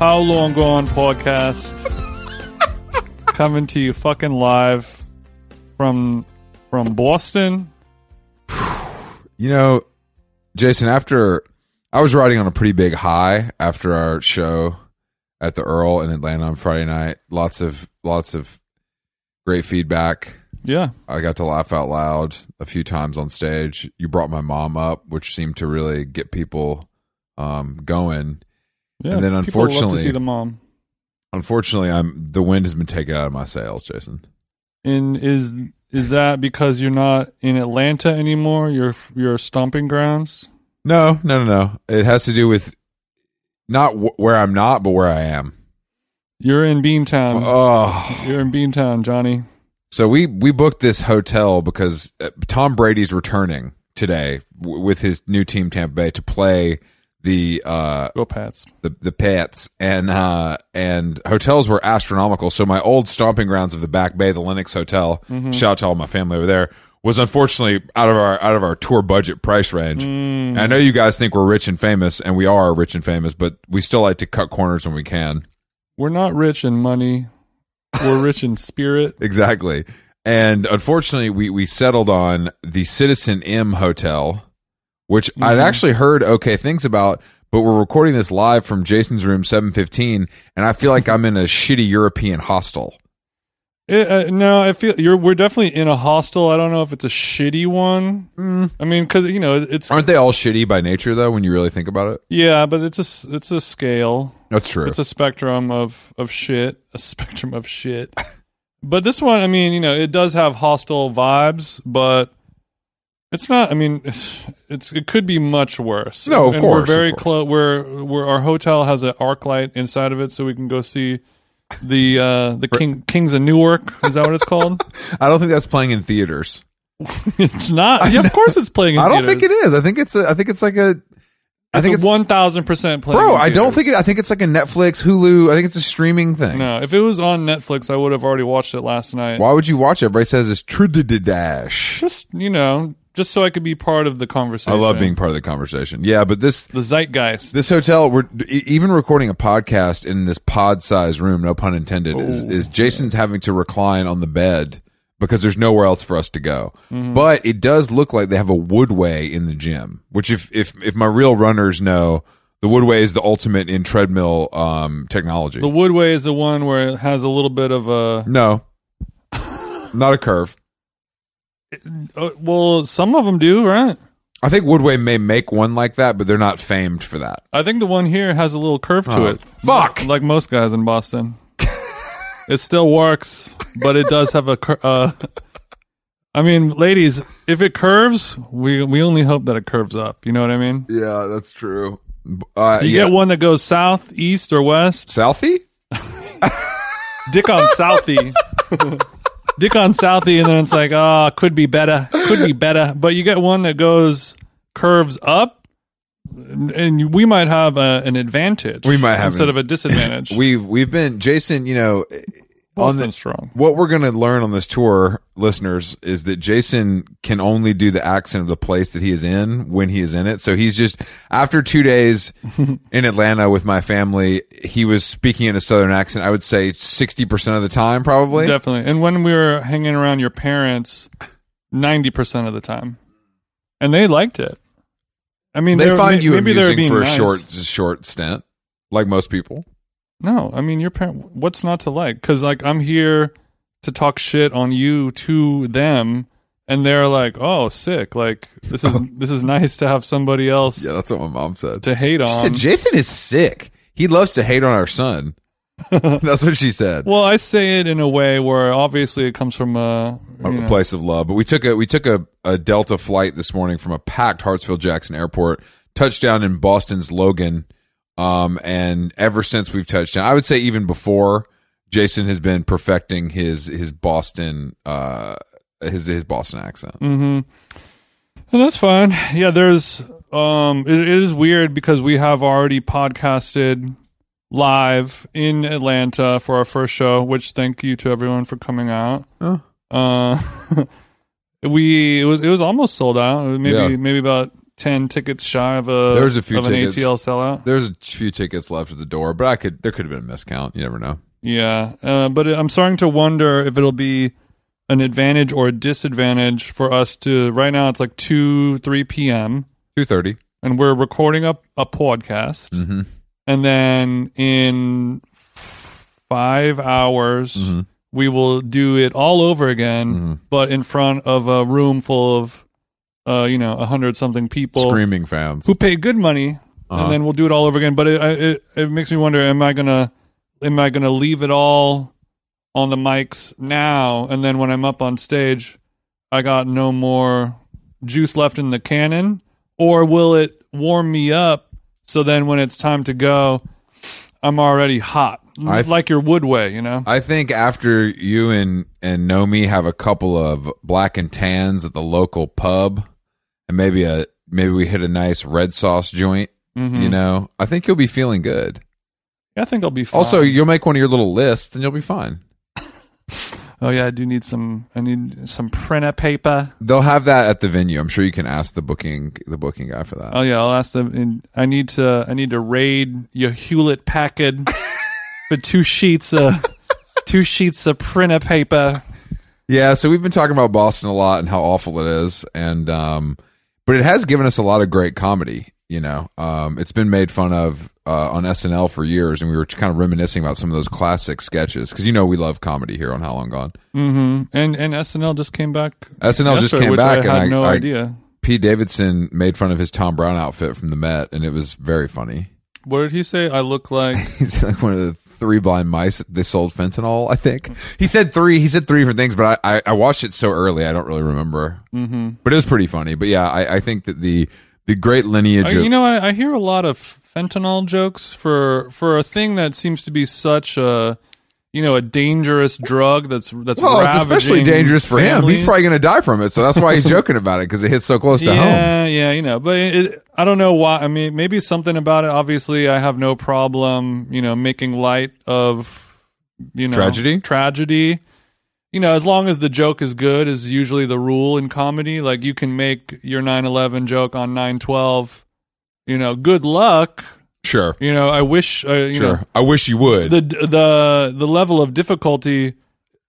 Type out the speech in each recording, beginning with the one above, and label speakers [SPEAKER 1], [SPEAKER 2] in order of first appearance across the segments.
[SPEAKER 1] How Long Gone Podcast coming to you fucking live from from Boston.
[SPEAKER 2] You know, Jason, after I was riding on a pretty big high after our show at the Earl in Atlanta on Friday night. Lots of lots of great feedback.
[SPEAKER 1] Yeah.
[SPEAKER 2] I got to laugh out loud a few times on stage. You brought my mom up, which seemed to really get people um, going.
[SPEAKER 1] Yeah.
[SPEAKER 2] And then
[SPEAKER 1] people love
[SPEAKER 2] unfortunately-
[SPEAKER 1] to see the mom.
[SPEAKER 2] Unfortunately, I'm the wind has been taken out of my sails, Jason.
[SPEAKER 1] And is is that because you're not in Atlanta anymore? Your your stomping grounds?
[SPEAKER 2] No, no, no, no. It has to do with not wh- where I'm not, but where I am.
[SPEAKER 1] You're in Beantown.
[SPEAKER 2] Oh,
[SPEAKER 1] You're in Beantown, Johnny.
[SPEAKER 2] So we we booked this hotel because uh, Tom Brady's returning today w- with his new team Tampa Bay to play the uh
[SPEAKER 1] Go Pats.
[SPEAKER 2] the the Pats and uh and hotels were astronomical. So my old stomping grounds of the Back Bay, the Lennox Hotel, shout out to all my family over there, was unfortunately out of our out of our tour budget price
[SPEAKER 1] Mm-hmm.
[SPEAKER 2] range. And I know you guys think we're rich and famous, and we are rich and famous, but we still like to cut corners when we can.
[SPEAKER 1] We're not rich in money. We're rich in spirit.
[SPEAKER 2] Exactly. And unfortunately, we, we settled on the Citizen M Hotel, which
[SPEAKER 1] Mm-hmm.
[SPEAKER 2] I'd actually heard okay things about, but we're recording this live from Jason's room 715, and I feel like I'm in a shitty European hostel.
[SPEAKER 1] It, uh, no, I feel you're. We're definitely in a hostel. I don't know if it's a shitty one. I mean, because you know it's
[SPEAKER 2] Aren't they all shitty by nature, though, when you really think about it?
[SPEAKER 1] yeah, but it's a s- it's a scale.
[SPEAKER 2] That's true.
[SPEAKER 1] It's a spectrum of of shit. A spectrum of shit. But this one, I mean, you know, it does have hostile vibes, but it's not. I mean, it's it could be much worse.
[SPEAKER 2] No, of
[SPEAKER 1] and
[SPEAKER 2] course, of
[SPEAKER 1] We're very
[SPEAKER 2] course.
[SPEAKER 1] close. We're we're our hotel has an arc light inside of it, so we can go see the uh the King Kings of Newark. Is that what it's called?
[SPEAKER 2] I don't think that's playing in theaters.
[SPEAKER 1] it's not. Yeah, of course, it's playing. In
[SPEAKER 2] I don't think it is. I think it's a, I think it's like a. I think it's.
[SPEAKER 1] one thousand percent playing.
[SPEAKER 2] bro,
[SPEAKER 1] in
[SPEAKER 2] I don't
[SPEAKER 1] theaters.
[SPEAKER 2] think it. I think it's like a Netflix, Hulu. I think it's a streaming thing.
[SPEAKER 1] No, if it was on Netflix, I would have already watched it last night.
[SPEAKER 2] Why would you watch it? Everybody says it's true dash.
[SPEAKER 1] Just you know, just so I could be part of the conversation.
[SPEAKER 2] I love being part of the conversation. Yeah, but this
[SPEAKER 1] the zeitgeist.
[SPEAKER 2] this hotel, we're e- even recording a podcast in this pod sized room. No pun intended. Is, is Jason's having to recline on the bed because there's nowhere else for us to go.
[SPEAKER 1] Mm-hmm.
[SPEAKER 2] But it does look like they have a woodway in the gym, which if if if my real runners know, the woodway is the ultimate in treadmill um, technology.
[SPEAKER 1] the Woodway is the one where it has a little bit of a.
[SPEAKER 2] no, not a curve.
[SPEAKER 1] uh, well, some of them do, right?
[SPEAKER 2] I think Woodway may make one like that, but they're not famed for that.
[SPEAKER 1] I think the one here has a little curve to
[SPEAKER 2] Oh,
[SPEAKER 1] it.
[SPEAKER 2] fuck.
[SPEAKER 1] Like, like most guys in Boston. it still works, but it does have a cur- uh I mean, ladies, if it curves, we we only hope that it curves up. You know what I mean?
[SPEAKER 2] Yeah, that's true. Uh,
[SPEAKER 1] You
[SPEAKER 2] yeah.
[SPEAKER 1] get one that goes south, east, or west.
[SPEAKER 2] Southie?
[SPEAKER 1] Dick on southy. Dick on southy, and then it's like, ah, could be better, could be better. But you get one that goes curves up, and, and we might have a, an advantage.
[SPEAKER 2] We might have
[SPEAKER 1] instead
[SPEAKER 2] an-
[SPEAKER 1] of a disadvantage.
[SPEAKER 2] We've we've been Jason. You know, on
[SPEAKER 1] Boston
[SPEAKER 2] the-
[SPEAKER 1] strong.
[SPEAKER 2] What we're going to learn on this tour, listeners, is that Jason can only do the accent of the place that he is in when he is in it. So he's just, after two days in Atlanta with my family, he was speaking in a Southern accent, I would say 60% of the time, probably.
[SPEAKER 1] Definitely. And when we were hanging around your parents, ninety percent of the time, and they liked it. I mean,
[SPEAKER 2] they
[SPEAKER 1] were-
[SPEAKER 2] find
[SPEAKER 1] may-
[SPEAKER 2] you
[SPEAKER 1] maybe they were
[SPEAKER 2] amusing
[SPEAKER 1] being
[SPEAKER 2] for a
[SPEAKER 1] nice.
[SPEAKER 2] short, short stint, like most people.
[SPEAKER 1] No, I mean your parent. What's not to like? Because like I'm here to talk shit on you to them, and they're like, "Oh, sick! Like this is this is nice to have somebody else
[SPEAKER 2] Yeah, that's what my mom said.
[SPEAKER 1] to hate
[SPEAKER 2] She
[SPEAKER 1] on."
[SPEAKER 2] said, Jason is sick. He loves to hate on our son. that's what she said.
[SPEAKER 1] well, I say it in a way where obviously it comes from a, you
[SPEAKER 2] a
[SPEAKER 1] know,
[SPEAKER 2] place of love. But we took a we took a, a Delta flight this morning from a packed Hartsfield Jackson Airport. Touchdown in Boston's Logan. Um, and ever since we've touched down, I would say even before, Jason has been perfecting his his Boston uh his his Boston accent.
[SPEAKER 1] Mm. Well, that's fine. Yeah, there's um it, it is weird because we have already podcasted live in Atlanta for our first show, which thank you to everyone for coming out.
[SPEAKER 2] Oh.
[SPEAKER 1] Uh we it was it was almost sold out. It was Maybe
[SPEAKER 2] Yeah.
[SPEAKER 1] maybe about 10 tickets shy of a
[SPEAKER 2] There's a few
[SPEAKER 1] of an
[SPEAKER 2] tickets.
[SPEAKER 1] ATL sellout.
[SPEAKER 2] There's a few tickets left at the door, but I could there could have been a miscount. You never know.
[SPEAKER 1] Yeah. Uh, but I'm starting to wonder if it'll be an advantage or a disadvantage for us to right now it's like 2 3 p.m.
[SPEAKER 2] Two thirty.
[SPEAKER 1] and we're recording up a podcast
[SPEAKER 2] Mhm.
[SPEAKER 1] and then in f- five hours we will do it all over again
[SPEAKER 2] Mm-hmm.
[SPEAKER 1] but in front of a room full of uh, you know a hundred something people
[SPEAKER 2] Screaming fans.
[SPEAKER 1] who pay good money
[SPEAKER 2] Uh-huh.
[SPEAKER 1] and then we'll do it all over again but it, I- it it makes me wonder am i gonna am i gonna leave it all on the mics now and then when i'm up on stage i got no more juice left in the cannon or will it warm me up so then when it's time to go i'm already hot
[SPEAKER 2] I-
[SPEAKER 1] like your woodway you know
[SPEAKER 2] I think after you and and Nomi have a couple of black and tans at the local pub, and maybe a maybe we hit a nice red sauce joint.
[SPEAKER 1] Mhm.
[SPEAKER 2] You know, I think you'll be feeling good.
[SPEAKER 1] i think i'll be fine.
[SPEAKER 2] Also, you'll make one of your little lists, and you'll be fine.
[SPEAKER 1] oh yeah i do need some i need some printer paper
[SPEAKER 2] They'll have that at the venue. I'm sure you can ask the booking the booking guy for that.
[SPEAKER 1] Oh yeah, I'll ask them. And I need to. I need to raid your Hewlett Packard for two sheets of two sheets of printer paper.
[SPEAKER 2] yeah, so we've been talking about Boston a lot and how awful it is, and um, but it has given us a lot of great comedy. You know, um, it's been made fun of uh, on SNL for years, and we were kind of reminiscing about some of those classic sketches because you know we love comedy here on How Long Gone.
[SPEAKER 1] hmm And and SNL just came back.
[SPEAKER 2] SNL just
[SPEAKER 1] yesterday,
[SPEAKER 2] came
[SPEAKER 1] which
[SPEAKER 2] back,
[SPEAKER 1] I
[SPEAKER 2] and
[SPEAKER 1] had
[SPEAKER 2] I-
[SPEAKER 1] no
[SPEAKER 2] I-
[SPEAKER 1] idea.
[SPEAKER 2] Pete Davidson made fun of his Tom Brown outfit from the Met, and it was very funny.
[SPEAKER 1] What did he say? I look like
[SPEAKER 2] He's like one of the three blind mice that they sold fentanyl. I think he said three. He said three different things, but I I, I watched it so early, I don't really remember. Mm-hmm. But it was pretty funny. But yeah, I, I think that the the great lineage.
[SPEAKER 1] I-
[SPEAKER 2] of,
[SPEAKER 1] Oh, you know. I, I hear a lot of fentanyl jokes for for a thing that seems to be such a you know a dangerous drug that's that's
[SPEAKER 2] Well, Oh, it's
[SPEAKER 1] ravaging
[SPEAKER 2] especially dangerous for him. He's
[SPEAKER 1] families.
[SPEAKER 2] probably going to die from it, so that's why he's joking about it because it hits so close to home.
[SPEAKER 1] yeah, Yeah, you know, but it, it, I don't know why. I mean, maybe something about it. Obviously, I have no problem, you know, making light of, you know,
[SPEAKER 2] Tragedy?
[SPEAKER 1] Tragedy. You know, as long as the joke is good, is usually the rule in comedy. Like you can make your 9/11 joke on 9/12. You know, good luck.
[SPEAKER 2] Sure,
[SPEAKER 1] You know, I wish. Uh, you
[SPEAKER 2] sure.
[SPEAKER 1] know,
[SPEAKER 2] I wish you would.
[SPEAKER 1] the the the level of difficulty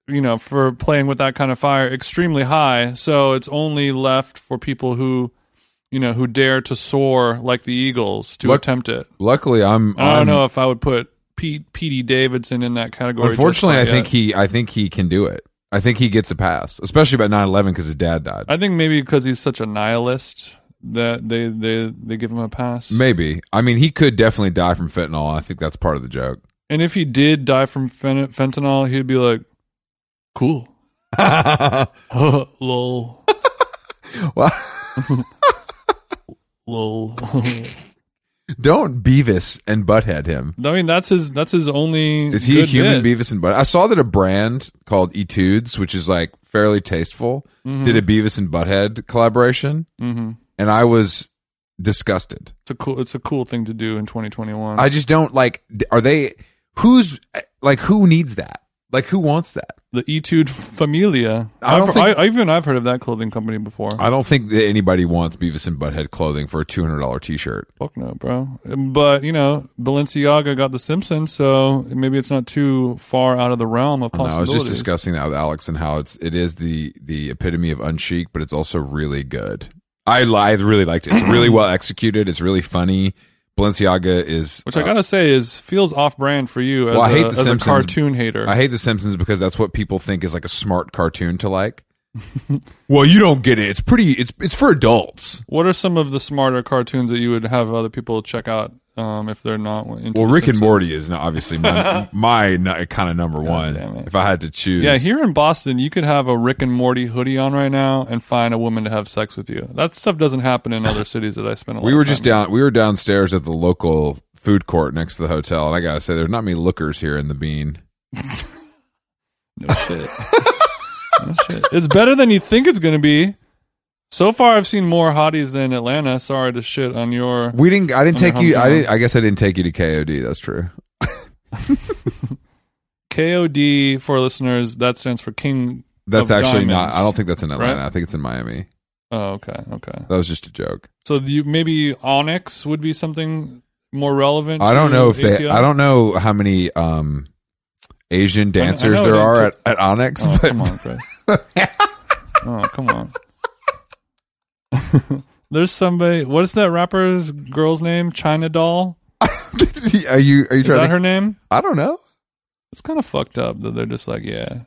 [SPEAKER 1] you know for playing with that kind of fire extremely high so it's only left for people who you know who dare to soar like the eagles to
[SPEAKER 2] What-
[SPEAKER 1] attempt it
[SPEAKER 2] Luckily, I'm.
[SPEAKER 1] i
[SPEAKER 2] I'm-
[SPEAKER 1] don't know if i would put pete Petey davidson in that category just uh,
[SPEAKER 2] Unfortunately, I
[SPEAKER 1] quite
[SPEAKER 2] think
[SPEAKER 1] yet.
[SPEAKER 2] he. I think he can do it. I think he gets a pass, especially about 9-11 because his dad died.
[SPEAKER 1] i think maybe because he's such a nihilist that they they they give him a pass
[SPEAKER 2] Maybe. I mean, he could definitely die from fentanyl. and I think that's part of the joke.
[SPEAKER 1] and if he did die from fen- fentanyl he'd be like cool lol
[SPEAKER 2] well,
[SPEAKER 1] lol
[SPEAKER 2] don't Beavis and Butthead him.
[SPEAKER 1] I mean, that's his. That's his only.
[SPEAKER 2] Is he a
[SPEAKER 1] good
[SPEAKER 2] human
[SPEAKER 1] bit.
[SPEAKER 2] Beavis and Butthead? I saw that a brand called Etudes, which is like fairly tasteful,
[SPEAKER 1] Mm-hmm.
[SPEAKER 2] did a Beavis and Butthead collaboration,
[SPEAKER 1] hmm
[SPEAKER 2] and I was disgusted.
[SPEAKER 1] It's a cool. It's a cool thing to do in 2021.
[SPEAKER 2] I just don't like. Are they? Who's like? Who needs that? Like, who wants that?
[SPEAKER 1] The Etude Familia.
[SPEAKER 2] I
[SPEAKER 1] I
[SPEAKER 2] don't
[SPEAKER 1] have
[SPEAKER 2] think-
[SPEAKER 1] I, even I've heard of that clothing company before.
[SPEAKER 2] I don't think that anybody wants Beavis and Butthead clothing for a two hundred dollar t shirt.
[SPEAKER 1] Fuck no, bro. But you know, Balenciaga got The Simpsons, so maybe it's not too far out of the realm of
[SPEAKER 2] No, I was
[SPEAKER 1] possibility.
[SPEAKER 2] just discussing that with Alex and how it's it is the the epitome of unchic, but it's also really good. I li- I really liked it. It's really well executed. It's really funny. Balenciaga is uh,
[SPEAKER 1] Which I gotta say is feels off-brand for you as,
[SPEAKER 2] Well, I
[SPEAKER 1] a,
[SPEAKER 2] hate The
[SPEAKER 1] as a
[SPEAKER 2] Simpsons.
[SPEAKER 1] cartoon hater.
[SPEAKER 2] I hate The Simpsons because that's what people think is like a smart cartoon to like. well, you don't get it. It's pretty. It's it's for adults.
[SPEAKER 1] what are some of the smarter cartoons that you would have other people check out um, if they're not into?
[SPEAKER 2] Well,
[SPEAKER 1] The
[SPEAKER 2] Rick and
[SPEAKER 1] Simpsons?
[SPEAKER 2] Morty is not obviously my my kind of number one.
[SPEAKER 1] damn it.
[SPEAKER 2] If I had to choose,
[SPEAKER 1] Yeah, here in Boston, you could have a Rick and Morty hoodie on right now and find a woman to have sex with you. That stuff doesn't happen in other cities that I spend. A lot
[SPEAKER 2] we
[SPEAKER 1] of
[SPEAKER 2] were
[SPEAKER 1] time
[SPEAKER 2] just down. We were downstairs at the local food court next to the hotel, and I gotta say, there's not many lookers here in the Bean.
[SPEAKER 1] No shit. no shit. It's better than you think it's gonna be. So far, I've seen more hotties than Atlanta. Sorry to shit on your.
[SPEAKER 2] We didn't. I didn't
[SPEAKER 1] In their
[SPEAKER 2] take you. I
[SPEAKER 1] hometown.
[SPEAKER 2] didn't. I guess I didn't take you to KOD. That's true.
[SPEAKER 1] KOD for listeners. That stands for King.
[SPEAKER 2] That's
[SPEAKER 1] Of
[SPEAKER 2] actually not.
[SPEAKER 1] diamonds,
[SPEAKER 2] I don't think that's in Atlanta.
[SPEAKER 1] right?
[SPEAKER 2] I think it's in Miami.
[SPEAKER 1] Oh, okay, okay.
[SPEAKER 2] That was just a joke.
[SPEAKER 1] So you, maybe Onyx would be something more relevant.
[SPEAKER 2] I don't
[SPEAKER 1] to
[SPEAKER 2] know if they.
[SPEAKER 1] ATL?
[SPEAKER 2] I don't know how many um Asian dancers
[SPEAKER 1] know
[SPEAKER 2] there
[SPEAKER 1] they
[SPEAKER 2] are at,
[SPEAKER 1] took-
[SPEAKER 2] at Onyx,
[SPEAKER 1] Oh,
[SPEAKER 2] but
[SPEAKER 1] come on, Chris. oh, come on. There's somebody. What is that rapper's girl's name? China Doll.
[SPEAKER 2] are you are you
[SPEAKER 1] Is that
[SPEAKER 2] trying? To,
[SPEAKER 1] her name?
[SPEAKER 2] I don't know.
[SPEAKER 1] It's kind of fucked up that they're just like, yeah,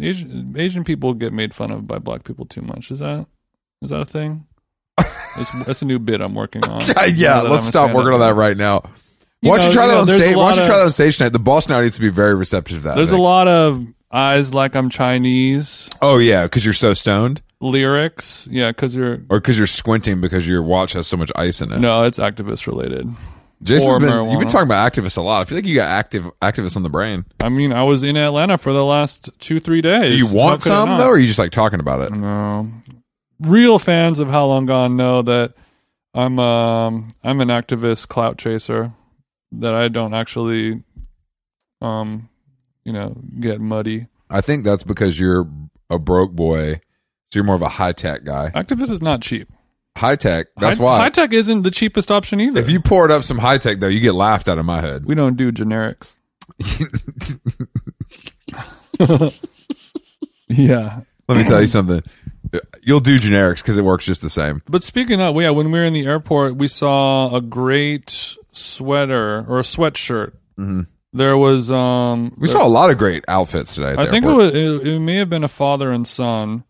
[SPEAKER 1] Asian, Asian people get made fun of by black people too much. Is that is that a thing? it's, that's a new bit I'm working on.
[SPEAKER 2] Yeah,
[SPEAKER 1] Now that I'm
[SPEAKER 2] let's
[SPEAKER 1] a
[SPEAKER 2] stop
[SPEAKER 1] stand-up
[SPEAKER 2] working on that
[SPEAKER 1] guy.
[SPEAKER 2] right now.
[SPEAKER 1] You
[SPEAKER 2] Why don't you
[SPEAKER 1] know,
[SPEAKER 2] try
[SPEAKER 1] you
[SPEAKER 2] that
[SPEAKER 1] know,
[SPEAKER 2] on
[SPEAKER 1] there's a
[SPEAKER 2] stage? Why
[SPEAKER 1] lot
[SPEAKER 2] don't you try
[SPEAKER 1] of-
[SPEAKER 2] that on stage tonight? The boss now needs to be very receptive to that.
[SPEAKER 1] There's
[SPEAKER 2] I
[SPEAKER 1] a
[SPEAKER 2] think.
[SPEAKER 1] lot of eyes like I'm Chinese
[SPEAKER 2] Oh yeah, because you're so stoned,
[SPEAKER 1] lyrics. Yeah, because you're
[SPEAKER 2] or because you're squinting because your watch has so much ice in it.
[SPEAKER 1] no, it's activist related.
[SPEAKER 2] Jason's
[SPEAKER 1] or
[SPEAKER 2] been
[SPEAKER 1] marijuana.
[SPEAKER 2] you've been talking about activists a lot. I feel like you got active activists on the brain.
[SPEAKER 1] I mean, I was in Atlanta for the last two, three days.
[SPEAKER 2] Do you want
[SPEAKER 1] How could I
[SPEAKER 2] some
[SPEAKER 1] not?
[SPEAKER 2] though, or are you just like talking about it?
[SPEAKER 1] No. Real fans of How Long Gone know that I'm um I'm an activist clout chaser that I don't actually um you know get muddy.
[SPEAKER 2] I think that's because you're a broke boy, so you're more of a high tech guy.
[SPEAKER 1] Activist is not cheap.
[SPEAKER 2] High tech. That's
[SPEAKER 1] high,
[SPEAKER 2] why.
[SPEAKER 1] high tech isn't the cheapest option either.
[SPEAKER 2] if you poured up some high tech though, you get laughed out of my head.
[SPEAKER 1] we don't do generics. yeah.
[SPEAKER 2] Let me tell you something. You'll do generics because it works just the same.
[SPEAKER 1] But speaking of, yeah, when we were in the airport, we saw a great sweater or a sweatshirt.
[SPEAKER 2] Mhm.
[SPEAKER 1] There was um,
[SPEAKER 2] We saw a lot of great outfits today. At
[SPEAKER 1] I
[SPEAKER 2] the
[SPEAKER 1] think it
[SPEAKER 2] airport.
[SPEAKER 1] was it, it may have been a father and son.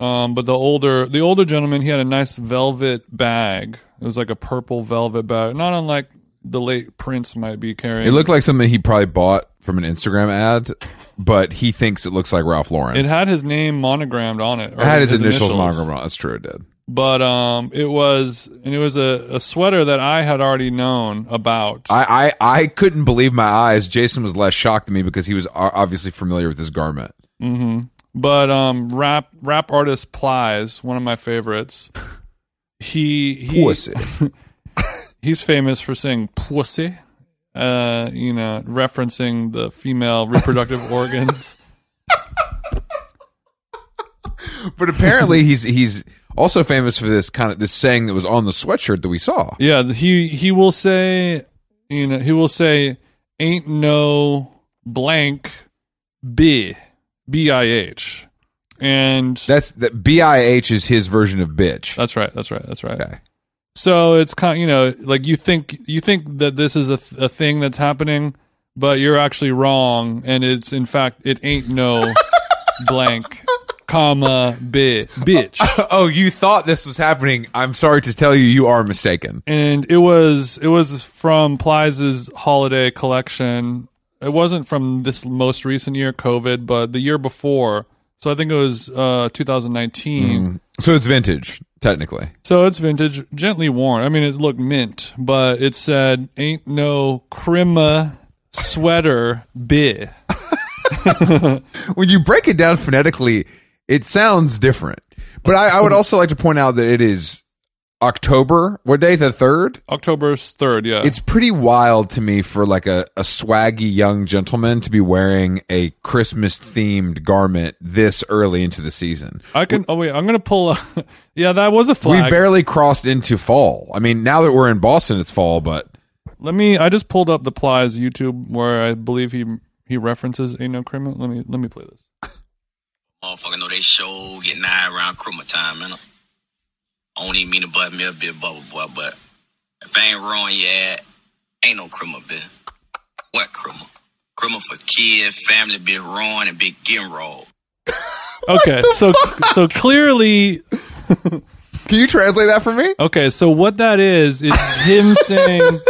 [SPEAKER 1] Um, but the older the older gentleman, he had a nice velvet bag. It was like a purple velvet bag, not unlike the late Prince might be carrying.
[SPEAKER 2] It looked like something he probably bought from an Instagram ad, but he thinks it looks like Ralph Lauren.
[SPEAKER 1] It
[SPEAKER 2] It,
[SPEAKER 1] had his name monogrammed on it. or
[SPEAKER 2] had his, initials, monogrammed on it. That's true, it did.
[SPEAKER 1] But um, it was and it was a, a sweater that I had already known about.
[SPEAKER 2] I, I, I couldn't believe my eyes. Jason was less shocked than me because he was o- obviously familiar with this garment.
[SPEAKER 1] hmm But um, rap rap artist Plies, one of my favorites. He he
[SPEAKER 2] Pussy.
[SPEAKER 1] he's famous for saying pussy, uh, you know, referencing the female reproductive organs.
[SPEAKER 2] But apparently he's he's also famous for this kind of this saying that was on the sweatshirt that we saw.
[SPEAKER 1] Yeah, he he will say, you know, he will say, "Ain't no blank b b i h," and
[SPEAKER 2] That's that BIH is his version of bitch.
[SPEAKER 1] that's right, that's right, that's right.
[SPEAKER 2] Okay.
[SPEAKER 1] So it's kind, you know, like you think you think that this is a th- a thing that's happening, but you're actually wrong, and it's in fact it ain't no blank, comma bit bitch,
[SPEAKER 2] Oh, you thought this was happening. I'm sorry to tell you you are mistaken.
[SPEAKER 1] and it was it was from Plies' holiday collection. It wasn't from this most recent year, COVID, but the year before. So I think it was uh 2019.
[SPEAKER 2] So it's vintage, technically.
[SPEAKER 1] So it's vintage, gently worn. I mean, it looked mint, but it said "ain't no crema sweater bi."
[SPEAKER 2] when you break it down phonetically, it sounds different. But I, I would also like to point out that it is October, what day? The third?
[SPEAKER 1] October 3rd, yeah.
[SPEAKER 2] It's pretty wild to me for like a, a swaggy young gentleman to be wearing a Christmas themed garment this early into the season.
[SPEAKER 1] I can. Oh wait, I'm gonna pull. Up. yeah, that was a flag.
[SPEAKER 2] We've barely crossed into fall. I mean, now that we're in Boston, it's fall, but
[SPEAKER 1] Let me. I just pulled up the Plies YouTube where I believe he he references a no criminal. Let me let me play this.
[SPEAKER 3] Motherfucker know they show get nine around Christmas time, man. I don't even mean to butt me up, bit bubble boy, but if I ain't wrong, yeah, ain't no Christmas, bitch. What Christmas? Christmas for kids, family, bit wrong, and big getting rolled.
[SPEAKER 1] Okay, so so clearly,
[SPEAKER 2] can you translate that for me?
[SPEAKER 1] okay, so what that is is him saying.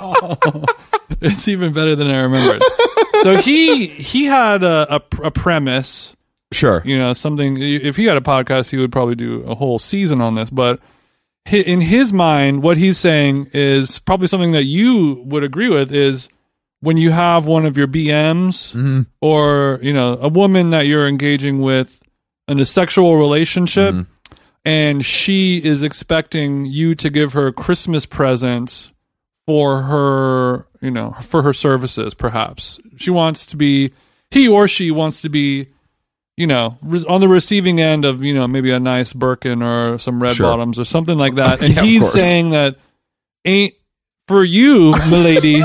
[SPEAKER 1] it's even better than I remembered. So he he had a, a, pr- a premise
[SPEAKER 2] Sure.
[SPEAKER 1] you know something if he had a podcast he would probably do a whole season on this but hi- in his mind what he's saying is probably something that you would agree with is when you have one of your bms or you know a woman that you're engaging with in a sexual relationship
[SPEAKER 2] Mm-hmm.
[SPEAKER 1] and she is expecting you to give her christmas presents for her, you know, for her services, perhaps. She wants to be, he or she wants to be, you know, re- on the receiving end of, you know, maybe a nice Birkin or some red
[SPEAKER 2] Sure.
[SPEAKER 1] bottoms or something like that. And
[SPEAKER 2] Yeah, of
[SPEAKER 1] he's
[SPEAKER 2] course.
[SPEAKER 1] saying that ain't for you, milady,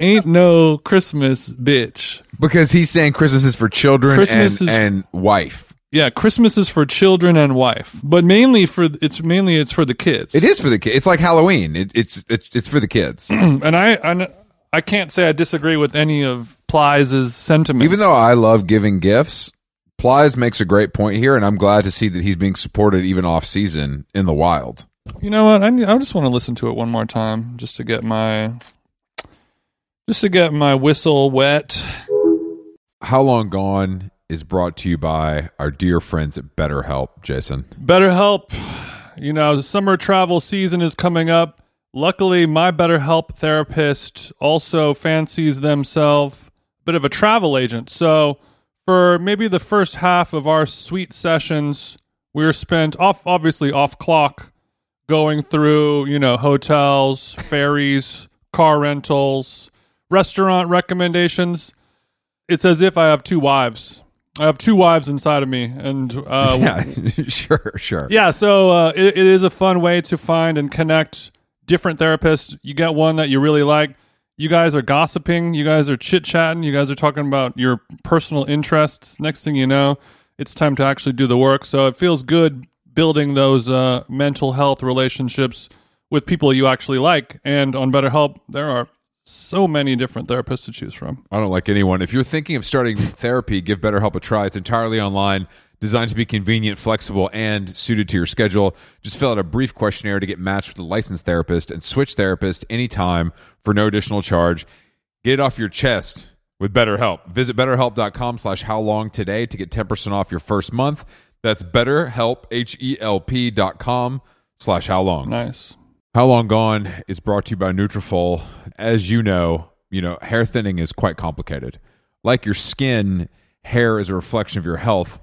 [SPEAKER 1] ain't no Christmas bitch.
[SPEAKER 2] Because he's saying Christmas is for children
[SPEAKER 1] Christmas
[SPEAKER 2] and,
[SPEAKER 1] is-
[SPEAKER 2] and wife.
[SPEAKER 1] Yeah, Christmas is for children and wife, but mainly for it's mainly it's for the kids.
[SPEAKER 2] It is for the kids. It's like Halloween. It, it's, it's it's for the kids.
[SPEAKER 1] and I and I can't say I disagree with any of Plies' sentiments.
[SPEAKER 2] Even though I love giving gifts, Plies makes a great point here, and I'm glad to see that he's being supported even off season in the wild.
[SPEAKER 1] You know what? I need, I just want to listen to it one more time just to get my just to get my whistle wet.
[SPEAKER 2] How Long Gone is brought to you by our dear friends at BetterHelp, Jason.
[SPEAKER 1] BetterHelp, you know, summer travel season is coming up. Luckily, my BetterHelp therapist also fancies themselves a bit of a travel agent. So, for maybe the first half of our sweet sessions, we were spent off obviously off clock going through, you know, hotels, ferries, car rentals, restaurant recommendations. It's as if I have two wives. I have two wives inside of me, and uh,
[SPEAKER 2] yeah, sure, sure.
[SPEAKER 1] yeah, so uh, it, it is a fun way to find and connect different therapists. You get one that you really like. You guys are gossiping. You guys are chit chatting. You guys are talking about your personal interests. Next thing you know, it's time to actually do the work. So it feels good building those uh, mental health relationships with people you actually like. And on BetterHelp, there are so many different therapists to choose from.
[SPEAKER 2] I don't like anyone. If you're thinking of starting therapy, give BetterHelp a try. It's entirely online, designed to be convenient, flexible, and suited to your schedule. Just fill out a brief questionnaire to get matched with a licensed therapist and switch therapist anytime for no additional charge. Get it off your chest with BetterHelp. Visit betterhelp.com slash how long today to get 10% off your first month. That's betterhelp, H-E-L-P dot com slash how long.
[SPEAKER 1] Nice.
[SPEAKER 2] How Long Gone is brought to you by Nutrafol. As you know, you know, hair thinning is quite complicated. Like your skin, hair is a reflection of your health.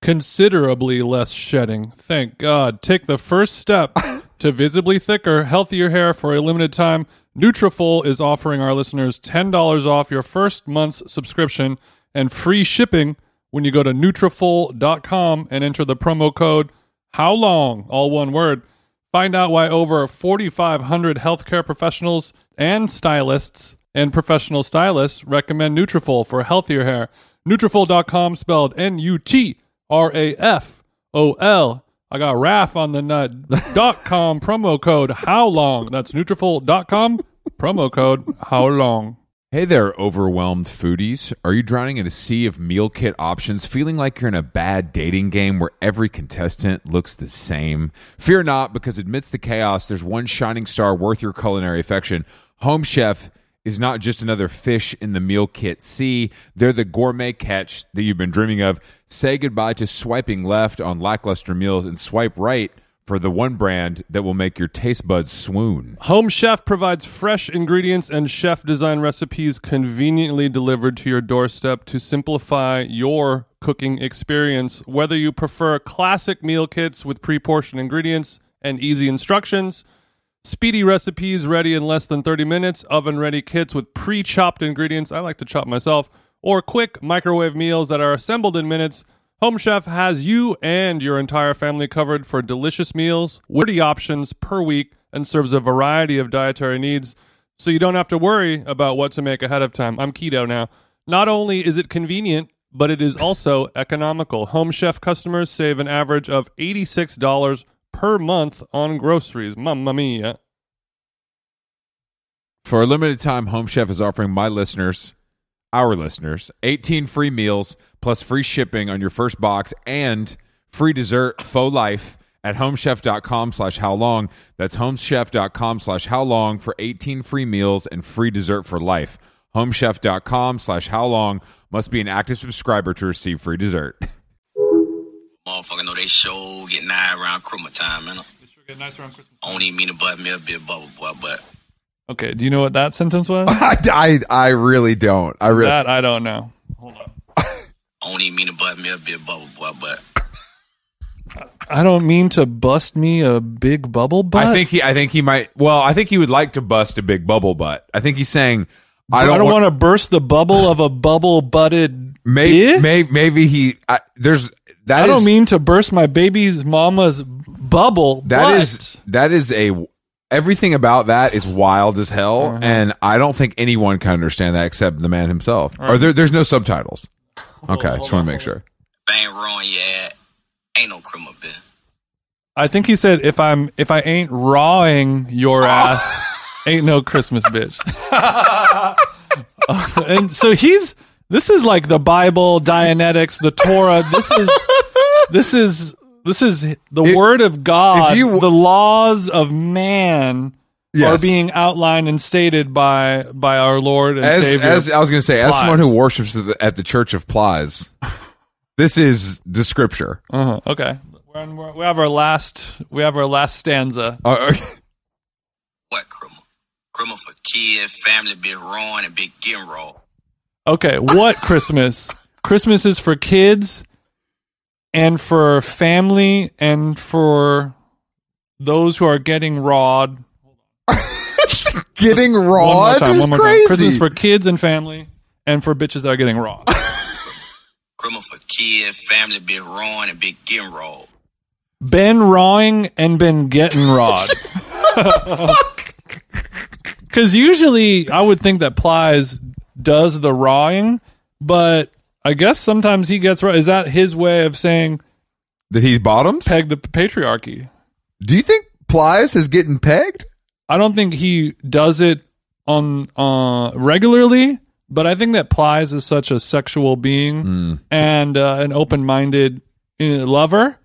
[SPEAKER 1] considerably less shedding. Thank God. Take the first step to visibly thicker, healthier hair for a limited time. Nutrafol is offering our listeners $10 off your first month's subscription and free shipping when you go to Nutrafol.com and enter the promo code how long? All one word. Find out why over 4,500 healthcare professionals and stylists and professional stylists recommend Nutrafol for healthier hair. Nutrafol.com spelled N-U-T-R-A-F-O-L. I got RAF on the nut. dot com promo code how long? That's Nutrafol.com promo code how long?
[SPEAKER 2] Hey there, overwhelmed foodies. Are you drowning in a sea of meal kit options, feeling like you're in a bad dating game where every contestant looks the same? Fear not, because amidst the chaos, there's one shining star worth your culinary affection. Home Chef is not just another fish in the meal kit sea, they're the gourmet catch that you've been dreaming of. Say goodbye to swiping left on lackluster meals and swipe right for the one brand that will make your taste buds swoon.
[SPEAKER 1] Home Chef provides fresh ingredients and chef design recipes conveniently delivered to your doorstep to simplify your cooking experience. Whether you prefer classic meal kits with pre portioned ingredients and easy instructions, speedy recipes ready in less than 30 minutes, oven ready kits with pre chopped ingredients, I like to chop myself, or quick microwave meals that are assembled in minutes. Home Chef has you and your entire family covered for delicious meals, witty options per week, and serves a variety of dietary needs, so you don't have to worry about what to make ahead of time. I'm keto now. Not only is it convenient, but it is also economical. Home Chef customers save an average of $86 per month on groceries. Mamma mia.
[SPEAKER 2] For a limited time, Home Chef is offering my listeners, our listeners, 18 free meals plus free shipping on your first box and free dessert faux life at homechef.com slash how long. That's homechef.com slash how long for 18 free meals and free dessert for life. Homechef.com slash how long must be an active subscriber to receive free dessert.
[SPEAKER 3] Motherfucker know they show get nigh around Christmas time, man. Only mean to butt me up, bit bubble boy, but
[SPEAKER 1] Okay, do you know what that sentence was?
[SPEAKER 2] I, I, I really don't. I really.
[SPEAKER 1] that I don't know. Hold on.
[SPEAKER 3] only mean to butt me up, bit bubble boy, but
[SPEAKER 1] I don't mean to bust me a big bubble butt.
[SPEAKER 2] I think he. I think he might. Well, I think he would like to bust a big bubble butt. I think he's saying, "I
[SPEAKER 1] I
[SPEAKER 2] don't,
[SPEAKER 1] don't,
[SPEAKER 2] want
[SPEAKER 1] want to burst the bubble of a bubble butted.
[SPEAKER 2] Maybe,
[SPEAKER 1] Eh?
[SPEAKER 2] maybe, he. I, there's that
[SPEAKER 1] I don't
[SPEAKER 2] is-
[SPEAKER 1] mean to burst my baby's mama's bubble.
[SPEAKER 2] That
[SPEAKER 1] but-
[SPEAKER 2] is that is a everything about that is wild as hell,
[SPEAKER 1] Uh-huh.
[SPEAKER 2] and I don't think anyone can understand that except the man himself. Or there, there's no subtitles.
[SPEAKER 1] Oh,
[SPEAKER 2] Okay, just want to make sure.
[SPEAKER 3] if I ain't wrong, yeah, ain't no criminal, bitch.
[SPEAKER 1] I think he said if I'm if I ain't rawing your ass, ain't no Christmas bitch. and so he's this is like the Bible, Dianetics, the Torah. This is this is this is the
[SPEAKER 2] If-
[SPEAKER 1] word of God.
[SPEAKER 2] if you-
[SPEAKER 1] the laws of man
[SPEAKER 2] Yes.
[SPEAKER 1] are being outlined and stated by by our Lord and
[SPEAKER 2] As,
[SPEAKER 1] Savior.
[SPEAKER 2] as I was going to say, as someone who
[SPEAKER 1] Plies.
[SPEAKER 2] worships at the, at the Church of Plies, this is the scripture.
[SPEAKER 1] Uh-huh, okay. We're on, we're, we have our last we have our last stanza.
[SPEAKER 2] Uh,
[SPEAKER 3] What criminal? Criminal for kids, family, bit wrong, and big getting wrong.
[SPEAKER 1] Okay, what Christmas? Christmas is for kids and for family and for those who are getting rawed.
[SPEAKER 2] getting
[SPEAKER 1] One more
[SPEAKER 2] raw
[SPEAKER 1] time,
[SPEAKER 2] Oh, is
[SPEAKER 1] one more time. Christmas
[SPEAKER 2] crazy.
[SPEAKER 1] for kids and family and for bitches that are getting rawed.
[SPEAKER 3] Criminal for kids, family, bit wrong, and big getting wrong.
[SPEAKER 1] been rawing and been getting rawed. Because usually I would think that Plies does the rawing, but I guess sometimes he gets raw. Is that his way of saying
[SPEAKER 2] that he bottoms.
[SPEAKER 1] peg the patriarchy?
[SPEAKER 2] Do you think Plies is getting pegged?
[SPEAKER 1] I don't think he does it on uh, regularly, but I think that Plies is such a sexual being
[SPEAKER 2] Hmm.
[SPEAKER 1] and uh, an open-minded uh, lover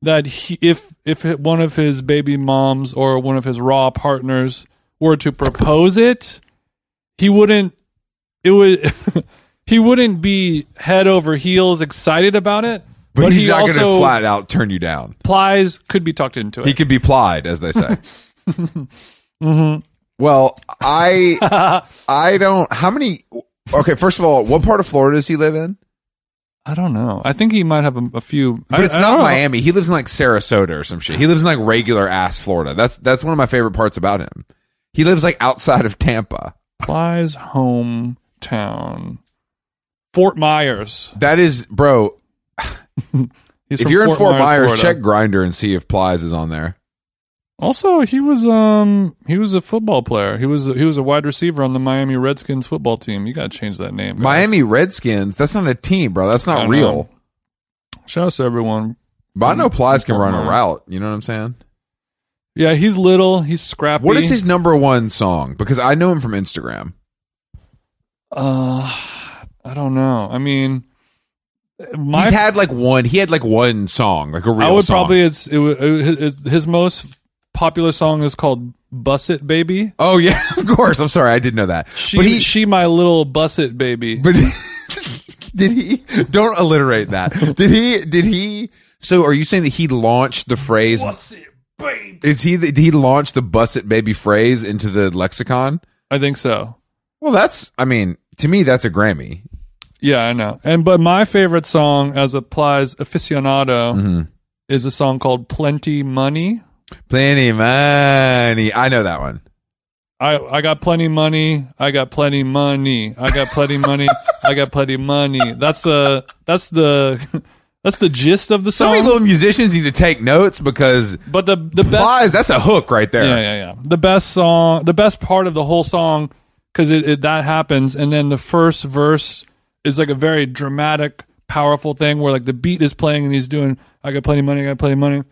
[SPEAKER 1] that he, if if one of his baby moms or one of his raw partners were to propose it, he wouldn't. It would. he wouldn't be head over heels excited about it.
[SPEAKER 2] But, he's
[SPEAKER 1] he
[SPEAKER 2] not going to
[SPEAKER 1] also
[SPEAKER 2] flat out turn you down.
[SPEAKER 1] Plies could be tucked into it.
[SPEAKER 2] He could be plied, as they say. Well, I I don't. How many? Okay, first of all, what part of Florida does he live in?
[SPEAKER 1] I don't know. I think he might have a, a few.
[SPEAKER 2] But
[SPEAKER 1] I,
[SPEAKER 2] it's
[SPEAKER 1] I
[SPEAKER 2] not
[SPEAKER 1] don't know.
[SPEAKER 2] Miami. He lives in like Sarasota or some shit. He lives in like regular ass Florida. That's that's one of my favorite parts about him. He lives like outside of Tampa.
[SPEAKER 1] Fly's hometown, Fort Myers.
[SPEAKER 2] That is, bro.
[SPEAKER 1] He's
[SPEAKER 2] if
[SPEAKER 1] from
[SPEAKER 2] you're in Fort Myers,
[SPEAKER 1] Florida.
[SPEAKER 2] check Grinder and see if Plies is on there.
[SPEAKER 1] Also, he was um he was a football player. He was he was a wide receiver on the Miami Redskins football team. You gotta change that name. guys.
[SPEAKER 2] Miami Redskins. That's not a team, bro. That's
[SPEAKER 1] I
[SPEAKER 2] not
[SPEAKER 1] know.
[SPEAKER 2] real.
[SPEAKER 1] Shout out to everyone.
[SPEAKER 2] But I know Plies can
[SPEAKER 1] Fort
[SPEAKER 2] run a
[SPEAKER 1] Myers.
[SPEAKER 2] route. You know what I'm saying?
[SPEAKER 1] Yeah, he's little. He's scrappy.
[SPEAKER 2] What is his number one song? Because I know him from Instagram.
[SPEAKER 1] Uh, I don't know. I mean, my
[SPEAKER 2] He's had like one. He had like one song, like a real.
[SPEAKER 1] I would
[SPEAKER 2] song.
[SPEAKER 1] probably it's it, would- it, it, his most popular song is called "Bus It Baby."
[SPEAKER 2] Oh yeah, of course. I'm sorry, I didn't know that.
[SPEAKER 1] She,
[SPEAKER 2] but he,
[SPEAKER 1] she, my little bus it baby.
[SPEAKER 2] but did he? Don't alliterate that. Did he? Did he? So are you saying that he launched the phrase? Is he? the- Did he launch the "bus it baby" phrase into the lexicon?
[SPEAKER 1] I think so.
[SPEAKER 2] Well, that's. I mean, to me, that's a Grammy.
[SPEAKER 1] Yeah, I know. And but my favorite song, as applies aficionado, is a song called "Plenty Money."
[SPEAKER 2] Plenty money. I know that one.
[SPEAKER 1] I I got plenty money. I got plenty money. I got plenty money. I got plenty money. That's the that's the that's the gist of the
[SPEAKER 2] So many
[SPEAKER 1] song.
[SPEAKER 2] little musicians need to take notes because
[SPEAKER 1] but the the best
[SPEAKER 2] flies. That's a hook right there.
[SPEAKER 1] Yeah, yeah, yeah. The best song, the best part of the whole song, because it, it that happens, and then the first verse is like a very dramatic, powerful thing where like the beat is playing and he's doing, "I got plenty of money, I got plenty of money,"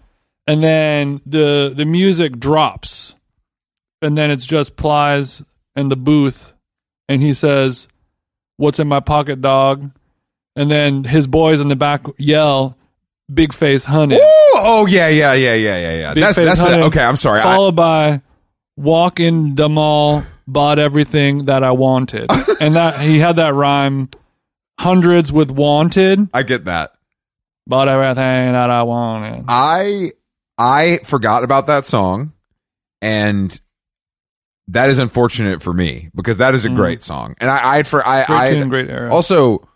[SPEAKER 1] and then the the music drops, and then it's just Plies and the booth, and he says, "What's in my pocket, dog?" And then his boys in the back yell, "Big face, honey."
[SPEAKER 2] Ooh, oh yeah, yeah, yeah, yeah, yeah, yeah.
[SPEAKER 1] Big
[SPEAKER 2] That's
[SPEAKER 1] Face
[SPEAKER 2] that's
[SPEAKER 1] Hunter,
[SPEAKER 2] the, okay. I'm sorry. I,
[SPEAKER 1] Followed by walk in the mall, bought everything that I wanted, and that he had that rhyme hundreds with wanted,
[SPEAKER 2] I get that.
[SPEAKER 1] bought everything that I wanted.
[SPEAKER 2] I I forgot about that song, and that is unfortunate for me because that is a great song, and I I for I
[SPEAKER 1] Mm-hmm. Great tune,
[SPEAKER 2] I
[SPEAKER 1] great era.
[SPEAKER 2] also.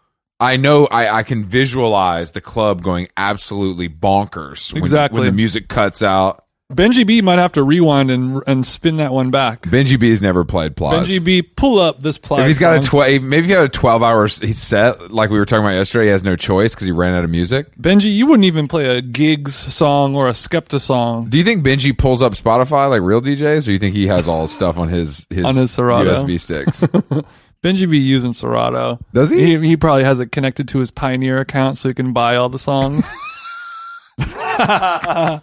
[SPEAKER 2] I know I, I can visualize the club going absolutely bonkers when,
[SPEAKER 1] Exactly.
[SPEAKER 2] when the music cuts out.
[SPEAKER 1] Benji B might have to rewind and and spin that one back.
[SPEAKER 2] Benji B has never played Plaza.
[SPEAKER 1] Benji B, pull up this plot.
[SPEAKER 2] If he's got a twelve, maybe if he had a twelve-hour set like we were talking about yesterday. He has no choice because he ran out of music.
[SPEAKER 1] Benji, you wouldn't even play a Gigs song or a Skepta song.
[SPEAKER 2] Do you think Benji pulls up Spotify like real DJs, or do you think he has all his stuff on his his,
[SPEAKER 1] On his Serato.
[SPEAKER 2] USB sticks?
[SPEAKER 1] Benji B using Serato.
[SPEAKER 2] Does he?
[SPEAKER 1] He, probably has it connected to his Pioneer account so he can buy all the songs.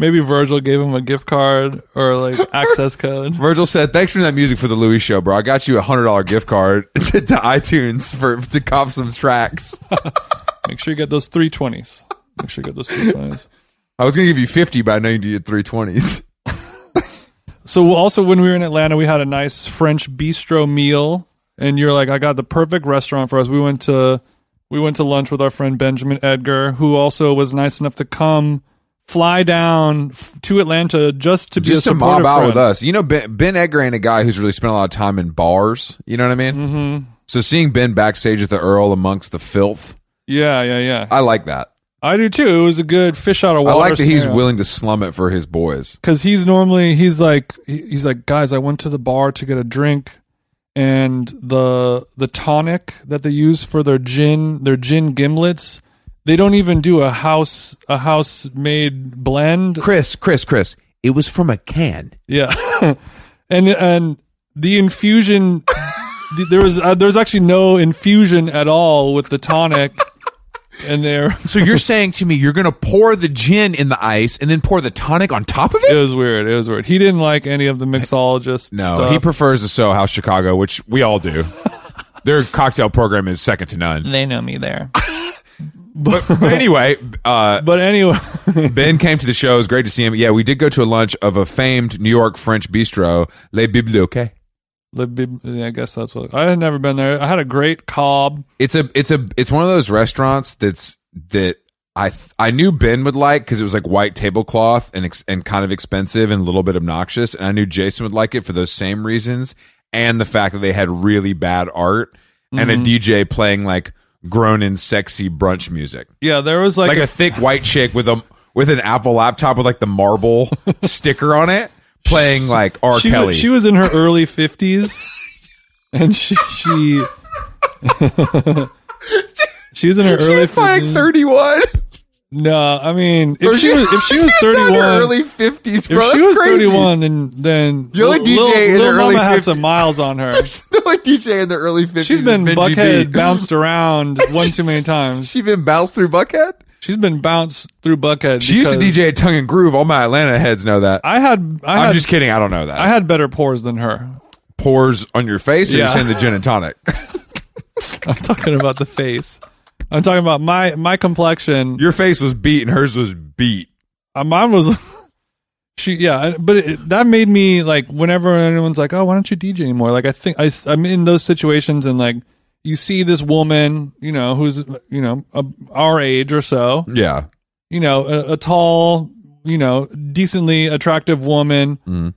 [SPEAKER 1] Maybe Virgil gave him a gift card or like access code.
[SPEAKER 2] Virgil said, "Thanks for that music for the Louis show, bro. I got you a hundred dollar gift card to, to iTunes for to cop some tracks.
[SPEAKER 1] Make sure you get those 320s. Make sure you get those 320s.
[SPEAKER 2] I was gonna give you fifty, but I know you needed three twenties.
[SPEAKER 1] So also when we were in Atlanta, we had a nice French bistro meal, and you're like, I got the perfect restaurant for us. We went to we went to lunch with our friend Benjamin Edgar, who also was nice enough to come fly down f- to Atlanta just to be
[SPEAKER 2] Just
[SPEAKER 1] a
[SPEAKER 2] to mob
[SPEAKER 1] supportive
[SPEAKER 2] out
[SPEAKER 1] friend.
[SPEAKER 2] with us. You know, Ben, ben Edgar ain't a guy who's really spent a lot of time in bars. You know what I mean? Mm-hmm. So seeing Ben backstage at the Earl amongst the filth,
[SPEAKER 1] Yeah, yeah, yeah.
[SPEAKER 2] I like that.
[SPEAKER 1] I do too. It was a good fish out of water.
[SPEAKER 2] I like that he's willing to slum it for his boys.
[SPEAKER 1] because he's normally he's like he- he's like guys. I went to the bar to get a drink, and the the tonic that they use for their gin their gin gimlets. They don't even do a house a house made blend.
[SPEAKER 2] Chris, Chris, Chris. It was from a can.
[SPEAKER 1] Yeah, and and the infusion the- there was uh, there's actually no infusion at all with the tonic, and there
[SPEAKER 2] So you're saying to me you're going to pour the gin in the ice and then pour the tonic on top of
[SPEAKER 1] it was weird. It was weird. He didn't like any of the mixologist
[SPEAKER 2] No,
[SPEAKER 1] stuff.
[SPEAKER 2] he prefers the Soho House Chicago, which we all do. Their cocktail program is second to none.
[SPEAKER 1] they know me there.
[SPEAKER 2] But, but anyway, uh,
[SPEAKER 1] But anyway,
[SPEAKER 2] Ben came to the show. It was great to see him. Yeah, we did go to a lunch of a famed New York French bistro, Les Bibliothèques.
[SPEAKER 1] the bib- yeah, I guess that's what I had never been there. I had a great cob.
[SPEAKER 2] It's a it's a it's one of those restaurants that's that I th- I knew Ben would like because it was like white tablecloth and ex- and kind of expensive and a little bit obnoxious, and I knew Jason would like it for those same reasons and the fact that they had really bad art and a
[SPEAKER 1] Mm-hmm.
[SPEAKER 2] DJ playing like grown and sexy brunch music,
[SPEAKER 1] Yeah, there was like,
[SPEAKER 2] like
[SPEAKER 1] a,
[SPEAKER 2] a thick white chick with a with an Apple laptop with like the marble sticker on it, playing like R.
[SPEAKER 1] she,
[SPEAKER 2] Kelly.
[SPEAKER 1] was, she was in her early fifties, and she she she was in her
[SPEAKER 2] She
[SPEAKER 1] early
[SPEAKER 2] was playing
[SPEAKER 1] 50s.
[SPEAKER 2] thirty one.
[SPEAKER 1] No, I mean if she, was if she was
[SPEAKER 2] not
[SPEAKER 1] thirty
[SPEAKER 2] in her
[SPEAKER 1] one.
[SPEAKER 2] early fifties,
[SPEAKER 1] If
[SPEAKER 2] bro.
[SPEAKER 1] she
[SPEAKER 2] that's
[SPEAKER 1] was
[SPEAKER 2] crazy.
[SPEAKER 1] 31, then then
[SPEAKER 2] The only
[SPEAKER 1] Lil-
[SPEAKER 2] DJ
[SPEAKER 1] Lil-
[SPEAKER 2] in
[SPEAKER 1] Lil
[SPEAKER 2] their early
[SPEAKER 1] Mama had
[SPEAKER 2] 50s.
[SPEAKER 1] some miles on her.
[SPEAKER 2] the like DJ in the early 50s.
[SPEAKER 1] She's been
[SPEAKER 2] is Benji
[SPEAKER 1] buckhead
[SPEAKER 2] B.
[SPEAKER 1] bounced around one too many times.
[SPEAKER 2] She been bounced through Buckhead.
[SPEAKER 1] She's been bounced through buckhead.
[SPEAKER 2] She used to
[SPEAKER 1] because-
[SPEAKER 2] DJ at Tongue and Groove. All my Atlanta heads know that.
[SPEAKER 1] I had I
[SPEAKER 2] I am
[SPEAKER 1] had
[SPEAKER 2] just kidding. I don't know that.
[SPEAKER 1] I had better pores than her.
[SPEAKER 2] pores on your face, or
[SPEAKER 1] Yeah.
[SPEAKER 2] you're saying the gin and tonic?
[SPEAKER 1] I'm talking about the face. I'm talking about my my complexion.
[SPEAKER 2] your face was beat, and hers was beat.
[SPEAKER 1] Uh, mine was she yeah but it, that made me like whenever anyone's like oh why don't you dj anymore like i think I, am in those situations and like you see this woman you know who's you know a, our age or so
[SPEAKER 2] Yeah,
[SPEAKER 1] you know a, a tall you know decently attractive woman
[SPEAKER 2] Mhm.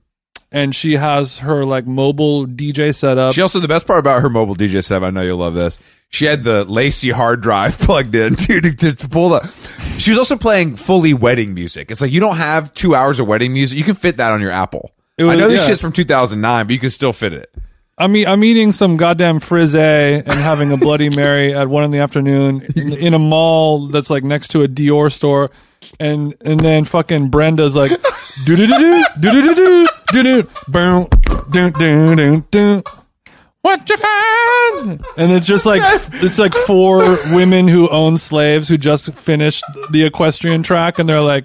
[SPEAKER 1] and she has her like mobile dj setup
[SPEAKER 2] She also the best part about her mobile DJ setup. I know you'll love this. She had the lacy hard drive plugged in to, to, to pull the. She was also playing fully wedding music. It's like you don't have two hours of wedding music. You can fit that on your Apple.
[SPEAKER 1] It was-
[SPEAKER 2] I know this
[SPEAKER 1] yeah.
[SPEAKER 2] shit's from 2009, but you can still fit it.
[SPEAKER 1] i mean i'm eating some goddamn frise and having a bloody mary at one in the afternoon in, in a mall that's like next to a dior store and and then fucking brenda's like do do do do do do do do do do do do do what you find? And it's just like it's like four women who own slaves who just finished the equestrian track, and they're like,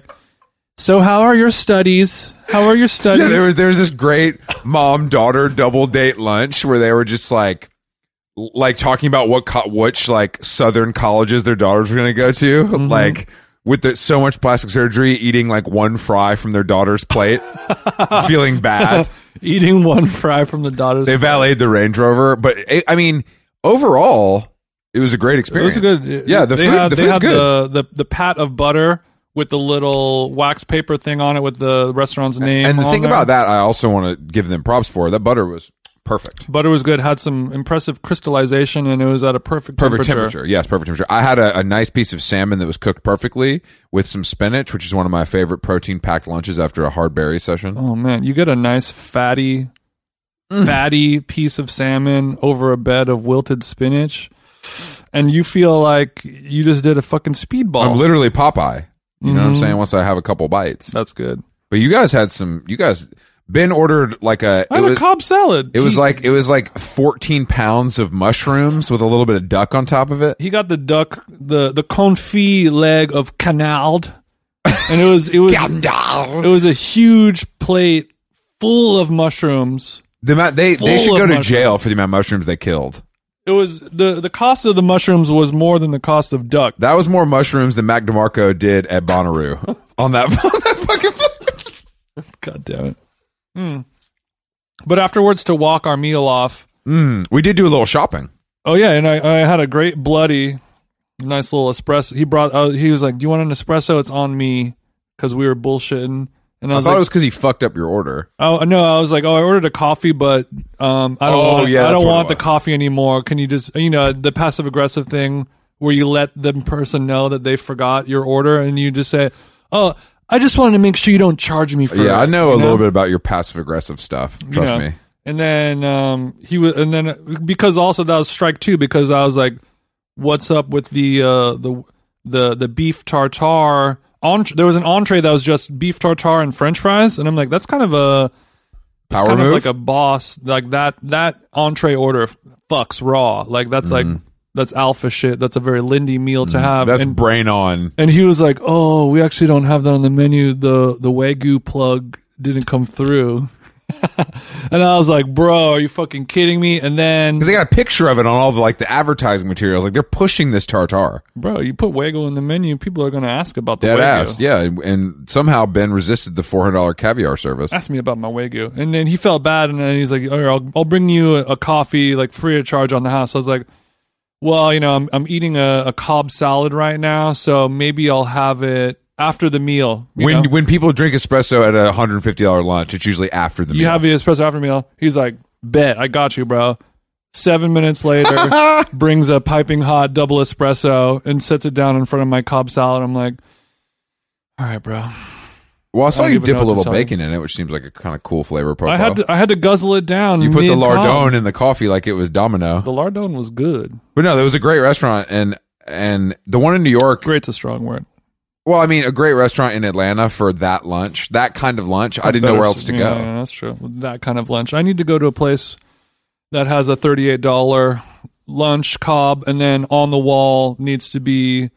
[SPEAKER 1] "So how are your studies? How are your studies?"
[SPEAKER 2] Yeah, there was there was this great mom daughter double date lunch where they were just like like talking about what co- which like southern colleges their daughters were going to go to
[SPEAKER 1] Mm-hmm.
[SPEAKER 2] like with the, so much plastic surgery eating like one fry from their daughter's plate feeling bad
[SPEAKER 1] Eating one fry from the daughter's.
[SPEAKER 2] they valeted the range rover but it, i mean overall it was a great
[SPEAKER 1] It was
[SPEAKER 2] experience
[SPEAKER 1] a good.
[SPEAKER 2] yeah the
[SPEAKER 1] they
[SPEAKER 2] food
[SPEAKER 1] had-
[SPEAKER 2] the
[SPEAKER 1] they
[SPEAKER 2] food's
[SPEAKER 1] had
[SPEAKER 2] good
[SPEAKER 1] The, the the pat of butter with the little wax paper thing on it with the restaurant's name.
[SPEAKER 2] and the
[SPEAKER 1] on
[SPEAKER 2] thing
[SPEAKER 1] there.
[SPEAKER 2] about that i also want to give them props for that butter was perfect
[SPEAKER 1] butter was good. Had some impressive crystallization, and it was at a perfect
[SPEAKER 2] Perfect
[SPEAKER 1] temperature.
[SPEAKER 2] temperature. Yes, perfect temperature. I had a, a nice piece of salmon that was cooked perfectly with some spinach, which is one of my favorite protein packed lunches after a hard berry session.
[SPEAKER 1] Oh man, you get a nice fatty,
[SPEAKER 2] Mm.
[SPEAKER 1] fatty piece of salmon over a bed of wilted spinach, and you feel like you just did a fucking speedball.
[SPEAKER 2] I'm literally Popeye. You know what I'm
[SPEAKER 1] Mhm.
[SPEAKER 2] saying? Once I have a couple bites.
[SPEAKER 1] That's good.
[SPEAKER 2] But you guys had some you guys Ben ordered like a it
[SPEAKER 1] I had
[SPEAKER 2] was,
[SPEAKER 1] a Cobb salad.
[SPEAKER 2] it was
[SPEAKER 1] He-
[SPEAKER 2] like it was like 14 pounds of mushrooms with a little bit of duck on top of it.
[SPEAKER 1] he got the duck, the the confit leg of canard, and it was it was it
[SPEAKER 2] The
[SPEAKER 1] was a huge plate full of mushrooms.
[SPEAKER 2] amount, they they
[SPEAKER 1] Full
[SPEAKER 2] should
[SPEAKER 1] of
[SPEAKER 2] go to
[SPEAKER 1] mushrooms.
[SPEAKER 2] jail for the amount of mushrooms they killed.
[SPEAKER 1] It was the the cost of the mushrooms was more than the cost of duck.
[SPEAKER 2] That was more mushrooms than Mac DeMarco did at Bonnaroo on that, on that fucking
[SPEAKER 1] God damn it. Hmm. But afterwards, to walk our meal off.
[SPEAKER 2] We did do a little shopping.
[SPEAKER 1] Oh yeah, and I, I had a great bloody, nice little espresso. He brought. Uh, he was like, "Do you want an espresso? It's on me," because we were bullshitting. And I
[SPEAKER 2] I
[SPEAKER 1] was
[SPEAKER 2] thought
[SPEAKER 1] like,
[SPEAKER 2] it was because he fucked up your order.
[SPEAKER 1] "Oh no!" I was like, "Oh, I ordered a coffee, but um, I don't
[SPEAKER 2] Oh,
[SPEAKER 1] want.
[SPEAKER 2] yeah,
[SPEAKER 1] I
[SPEAKER 2] that's
[SPEAKER 1] don't
[SPEAKER 2] what it
[SPEAKER 1] want the
[SPEAKER 2] was.
[SPEAKER 1] coffee anymore. Can you just, you know, the passive aggressive thing where you let the person know that they forgot your order, and you just say, "Oh, I just wanted to make sure you don't charge me for." it,"
[SPEAKER 2] yeah, I know a
[SPEAKER 1] you
[SPEAKER 2] little bit about your passive aggressive stuff.
[SPEAKER 1] you
[SPEAKER 2] Trust
[SPEAKER 1] know.
[SPEAKER 2] me.
[SPEAKER 1] And then um, he was, and then because also that was strike two because I was like, "What's up with the uh, the the the beef tartare?" Entre- there was an entree that was just beef tartare and French fries, and I'm like, "That's kind of a that's
[SPEAKER 2] Power
[SPEAKER 1] kind
[SPEAKER 2] move.
[SPEAKER 1] of like a boss like that that entree order f- fucks raw like that's like that's alpha shit. That's a very Lindy meal to have.
[SPEAKER 2] Mm-hmm. That's
[SPEAKER 1] and,
[SPEAKER 2] brain on.
[SPEAKER 1] and he was like, "Oh, we actually don't have that on the menu. The the wagyu plug didn't come through." and I was like, "Bro, are you fucking kidding me?" And then,
[SPEAKER 2] Because they got a picture of it on all the like the advertising materials. Like they're pushing this tartar.
[SPEAKER 1] bro, you put wagyu in the menu, people are gonna ask about the
[SPEAKER 2] Dead
[SPEAKER 1] wagyu.
[SPEAKER 2] ass. Yeah. And, and somehow Ben resisted the four hundred dollar caviar service.
[SPEAKER 1] Asked me about my wagyu, and then he felt bad, and then he's like, "All right, I'll, I'll bring you a, a coffee, like free of charge on the house." I was like, "Well, you know, I'm I'm eating a, a cob salad right now, so maybe I'll have it after the meal." you
[SPEAKER 2] When
[SPEAKER 1] know?
[SPEAKER 2] when people drink espresso at a hundred and fifty dollar lunch, it's usually after the
[SPEAKER 1] you
[SPEAKER 2] meal.
[SPEAKER 1] have the espresso after meal. He's like, bet I got you, bro. Seven minutes later, brings a piping hot double espresso and sets it down in front of my cob salad. I'm like, all right, bro.
[SPEAKER 2] well, I saw
[SPEAKER 1] don't
[SPEAKER 2] you
[SPEAKER 1] even
[SPEAKER 2] dip
[SPEAKER 1] know
[SPEAKER 2] a
[SPEAKER 1] what to
[SPEAKER 2] little
[SPEAKER 1] tell
[SPEAKER 2] bacon in it, which seems like a kind of cool flavor profile.
[SPEAKER 1] I had to I had to guzzle it down.
[SPEAKER 2] you put the
[SPEAKER 1] mid-cob.
[SPEAKER 2] lardone in the coffee like it was Domino.
[SPEAKER 1] The lardone was good.
[SPEAKER 2] But no, there was a great restaurant and and the one in New York
[SPEAKER 1] Great's a strong word.
[SPEAKER 2] Well, I mean, a great restaurant in Atlanta for that lunch, that kind of lunch. I didn't know
[SPEAKER 1] Better-
[SPEAKER 2] where else to
[SPEAKER 1] yeah,
[SPEAKER 2] go.
[SPEAKER 1] yeah, that's true. That kind of lunch. I need to go to a place that has a thirty-eight dollar lunch cob, and then on the wall needs to be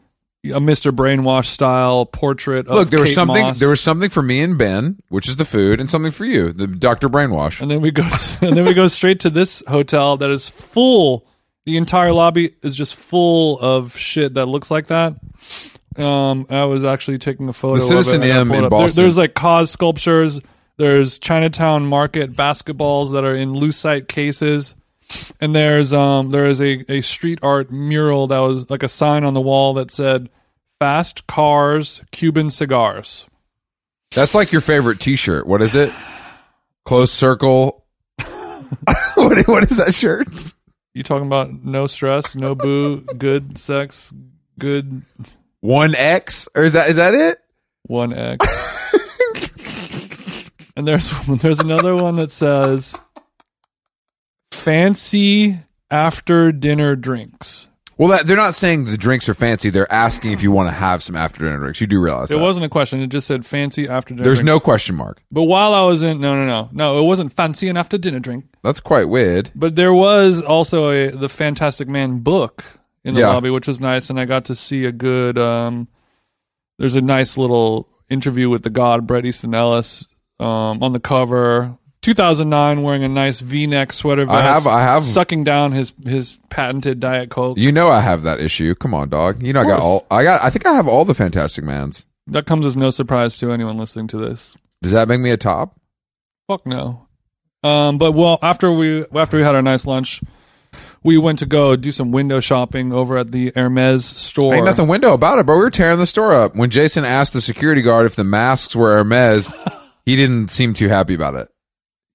[SPEAKER 1] a Mr. Brainwash style portrait. Of
[SPEAKER 2] Look, there was
[SPEAKER 1] Kate
[SPEAKER 2] something.
[SPEAKER 1] Moss.
[SPEAKER 2] There was something for me and Ben, which is the food, and something for you, the Doctor Brainwash.
[SPEAKER 1] and then we go, and then we go straight to this hotel that is full. The entire lobby is just full of shit that looks like that. Um, I was actually taking a photo.
[SPEAKER 2] The Citizen
[SPEAKER 1] of it and I
[SPEAKER 2] M
[SPEAKER 1] pulled
[SPEAKER 2] in
[SPEAKER 1] it up. There-
[SPEAKER 2] Boston.
[SPEAKER 1] there's like cause sculptures. There's Chinatown Market basketballs that are in lucite cases, and there's um there is a a street art mural that was like a sign on the wall that said "Fast cars, Cuban cigars."
[SPEAKER 2] That's like your favorite T-shirt. What is it? Close circle. what, what is that shirt?
[SPEAKER 1] You talking about no stress, no boo, good sex, good
[SPEAKER 2] One X, or is that is that it?
[SPEAKER 1] one X. and there's there's another one that says fancy after dinner drinks.
[SPEAKER 2] Well, that, they're not saying the drinks are fancy. They're asking if you want to have some after dinner drinks. You do realize
[SPEAKER 1] It
[SPEAKER 2] that.
[SPEAKER 1] wasn't a question. It just said fancy after dinner.
[SPEAKER 2] There's
[SPEAKER 1] drink.
[SPEAKER 2] no question mark.
[SPEAKER 1] But while I was in, no, no, no, no, it wasn't fancy and after dinner drink.
[SPEAKER 2] That's quite weird.
[SPEAKER 1] But there was also a the Fantastic Man book in the
[SPEAKER 2] Yeah.
[SPEAKER 1] lobby, which was nice, and I got to see a good. Um, there's a nice little interview with the god Bret Easton Ellis um, on the cover. 2009, wearing a nice V-neck sweater vest.
[SPEAKER 2] I have- I have-
[SPEAKER 1] sucking down his his patented Diet Coke.
[SPEAKER 2] You know I have that issue. Come on, dog. You know I got
[SPEAKER 1] course.
[SPEAKER 2] all. I got. I think I have all the Fantastic Mans.
[SPEAKER 1] That comes as no surprise to anyone listening to this.
[SPEAKER 2] Does that make me a top?
[SPEAKER 1] Fuck no. Um, but well, after we after we had our nice lunch, we went to go do some window shopping over at the Hermes store.
[SPEAKER 2] Ain't nothing window about it, bro. We were tearing the store up. When Jason asked the security guard if the masks were Hermes, he didn't seem too happy about it.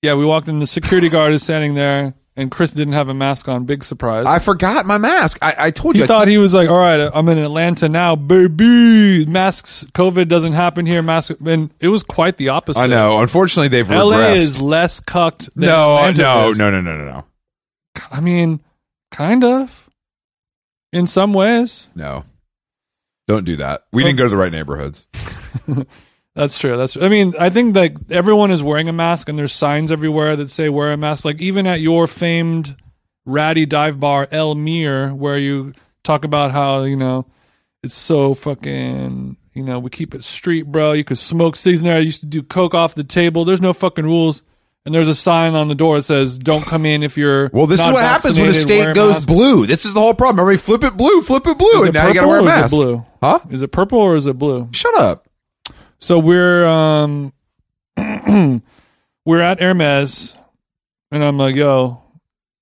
[SPEAKER 1] Yeah, we walked in. The security guard is standing there, and Chris didn't have a mask on. Big surprise.
[SPEAKER 2] I forgot my mask. I, I told
[SPEAKER 1] he
[SPEAKER 2] you. I-
[SPEAKER 1] thought he was like, "All right, I'm in Atlanta now, baby. Masks, COVID doesn't happen here. Masks." And it was quite the opposite.
[SPEAKER 2] I know. Unfortunately, they've
[SPEAKER 1] LA
[SPEAKER 2] regressed.
[SPEAKER 1] is less cucked. Than
[SPEAKER 2] no,
[SPEAKER 1] Atlanta
[SPEAKER 2] no,
[SPEAKER 1] is.
[SPEAKER 2] no, no, no, no, no,
[SPEAKER 1] I mean, kind of. In some ways,
[SPEAKER 2] no. Don't do that. We didn't go to the right neighborhoods.
[SPEAKER 1] that's true. That's. I mean, I think that everyone is wearing a mask, and there's signs everywhere that say wear a mask. Like even at your famed ratty dive bar El Mir, where you talk about how you know it's so fucking you know we keep it street, bro. You could smoke cigs in there. I used to do coke off the table. There's no fucking rules. And there's a sign on the door that says "Don't come in if you're."
[SPEAKER 2] Well, this
[SPEAKER 1] not
[SPEAKER 2] is what happens when a
[SPEAKER 1] vaccinated, wear
[SPEAKER 2] state goes
[SPEAKER 1] mask."
[SPEAKER 2] blue. This is the whole problem. Everybody flip it blue, flip it blue,
[SPEAKER 1] Is
[SPEAKER 2] and
[SPEAKER 1] it
[SPEAKER 2] now you got to wear a
[SPEAKER 1] purple or is it
[SPEAKER 2] mask.
[SPEAKER 1] blue?
[SPEAKER 2] Huh?
[SPEAKER 1] Is it purple or is it blue?
[SPEAKER 2] Shut up.
[SPEAKER 1] So we're um we're at Hermes and I'm like, yo,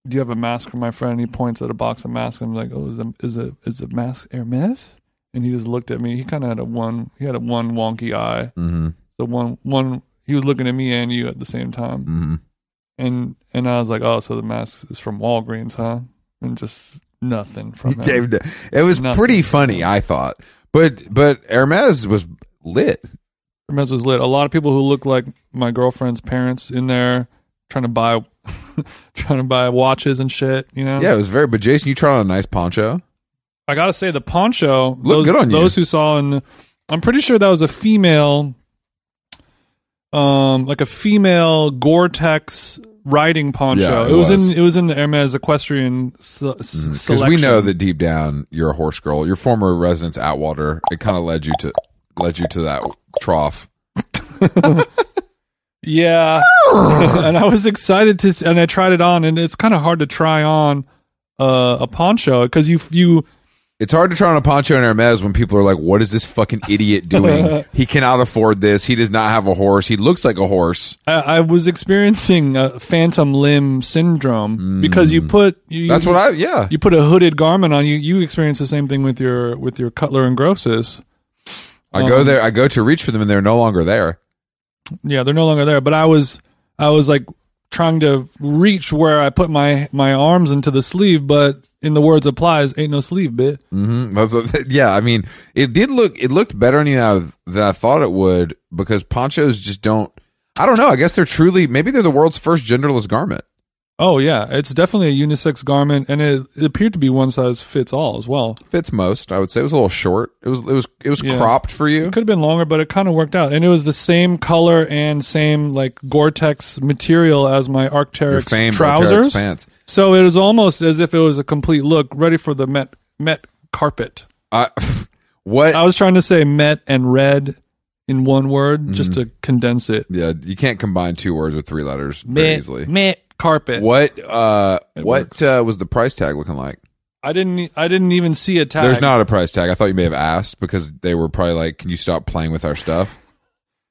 [SPEAKER 1] do you have a mask for my friend? He points at a box of masks. I'm like, oh, is the is the is the mask Hermes? And he just looked at me. He kinda had a one he had a one wonky eye.
[SPEAKER 2] Mm-hmm.
[SPEAKER 1] So one one he was looking at me and you at the same time.
[SPEAKER 2] Mm-hmm.
[SPEAKER 1] And and I was like, Oh, so the mask is from Walgreens, huh? And just nothing from
[SPEAKER 2] He
[SPEAKER 1] him.
[SPEAKER 2] gave the- it was
[SPEAKER 1] Nothing.
[SPEAKER 2] pretty funny, I thought. But but Hermes was lit.
[SPEAKER 1] Hermes was lit. A lot of people who look like my girlfriend's parents in there trying to buy trying to buy watches and shit, you know?
[SPEAKER 2] Yeah, it was very. But Jason, you tried on a nice poncho.
[SPEAKER 1] I gotta say the poncho
[SPEAKER 2] Look
[SPEAKER 1] those,
[SPEAKER 2] good on you.
[SPEAKER 1] those who saw in the I'm pretty sure that was a female um like a female Gore Tex riding poncho.
[SPEAKER 2] Yeah, it
[SPEAKER 1] it, was,
[SPEAKER 2] was.
[SPEAKER 1] in it was in the Hermes equestrian se- se-
[SPEAKER 2] Because we know
[SPEAKER 1] selection.
[SPEAKER 2] that deep down you're a horse girl. Your former residence Atwater, it kind of led you to led you to that trough.
[SPEAKER 1] Yeah. and I was excited to, s- and I tried it on, and it's kind of hard to try on uh, a poncho because you you
[SPEAKER 2] It's hard to try on a poncho and Hermes when people are like, "What is this fucking idiot doing? he cannot afford this. He does not have a horse. He looks like a horse."
[SPEAKER 1] I, I was experiencing a phantom limb syndrome because you put you,
[SPEAKER 2] Mm. That's what I. Yeah,
[SPEAKER 1] you put a hooded garment on you. You experience the same thing with your with your Cutler and Grosses.
[SPEAKER 2] I go there. I go to reach for them, and they're no longer there.
[SPEAKER 1] Yeah, they're no longer there. But I was I was like trying to reach where I put my my arms into the sleeve, but in the words applies, ain't no sleeve, bitch.
[SPEAKER 2] hmm That's what- yeah, I mean, it did look it looked better than I, than I thought it would because ponchos just don't. I don't know. I guess they're truly maybe they're the world's first genderless garment.
[SPEAKER 1] Oh yeah, it's definitely a unisex garment, and it, it appeared to be one size fits all as well.
[SPEAKER 2] Fits most, I would say. It was a little short. It was it was it was
[SPEAKER 1] Yeah.
[SPEAKER 2] cropped for you.
[SPEAKER 1] It could have been longer, but it kind of worked out, and it was the same color and same like Gore-Tex material as my
[SPEAKER 2] Your
[SPEAKER 1] Arc'teryx
[SPEAKER 2] famed Arc'teryx
[SPEAKER 1] trousers.
[SPEAKER 2] pants.
[SPEAKER 1] So it was almost as if it was a complete look, ready for the Met Met carpet.
[SPEAKER 2] I, What?
[SPEAKER 1] I was trying to say met and read in one word
[SPEAKER 2] Mm-hmm.
[SPEAKER 1] just to condense it.
[SPEAKER 2] yeah, you can't combine two words with three letters very easily.
[SPEAKER 1] met carpet.
[SPEAKER 2] What? Uh,
[SPEAKER 1] It
[SPEAKER 2] what
[SPEAKER 1] works.
[SPEAKER 2] uh, was the price tag looking like?
[SPEAKER 1] I didn't. e, I didn't even see a tag.
[SPEAKER 2] There's not a price tag. I thought you may have asked because they were probably like, "Can you stop playing with our stuff?"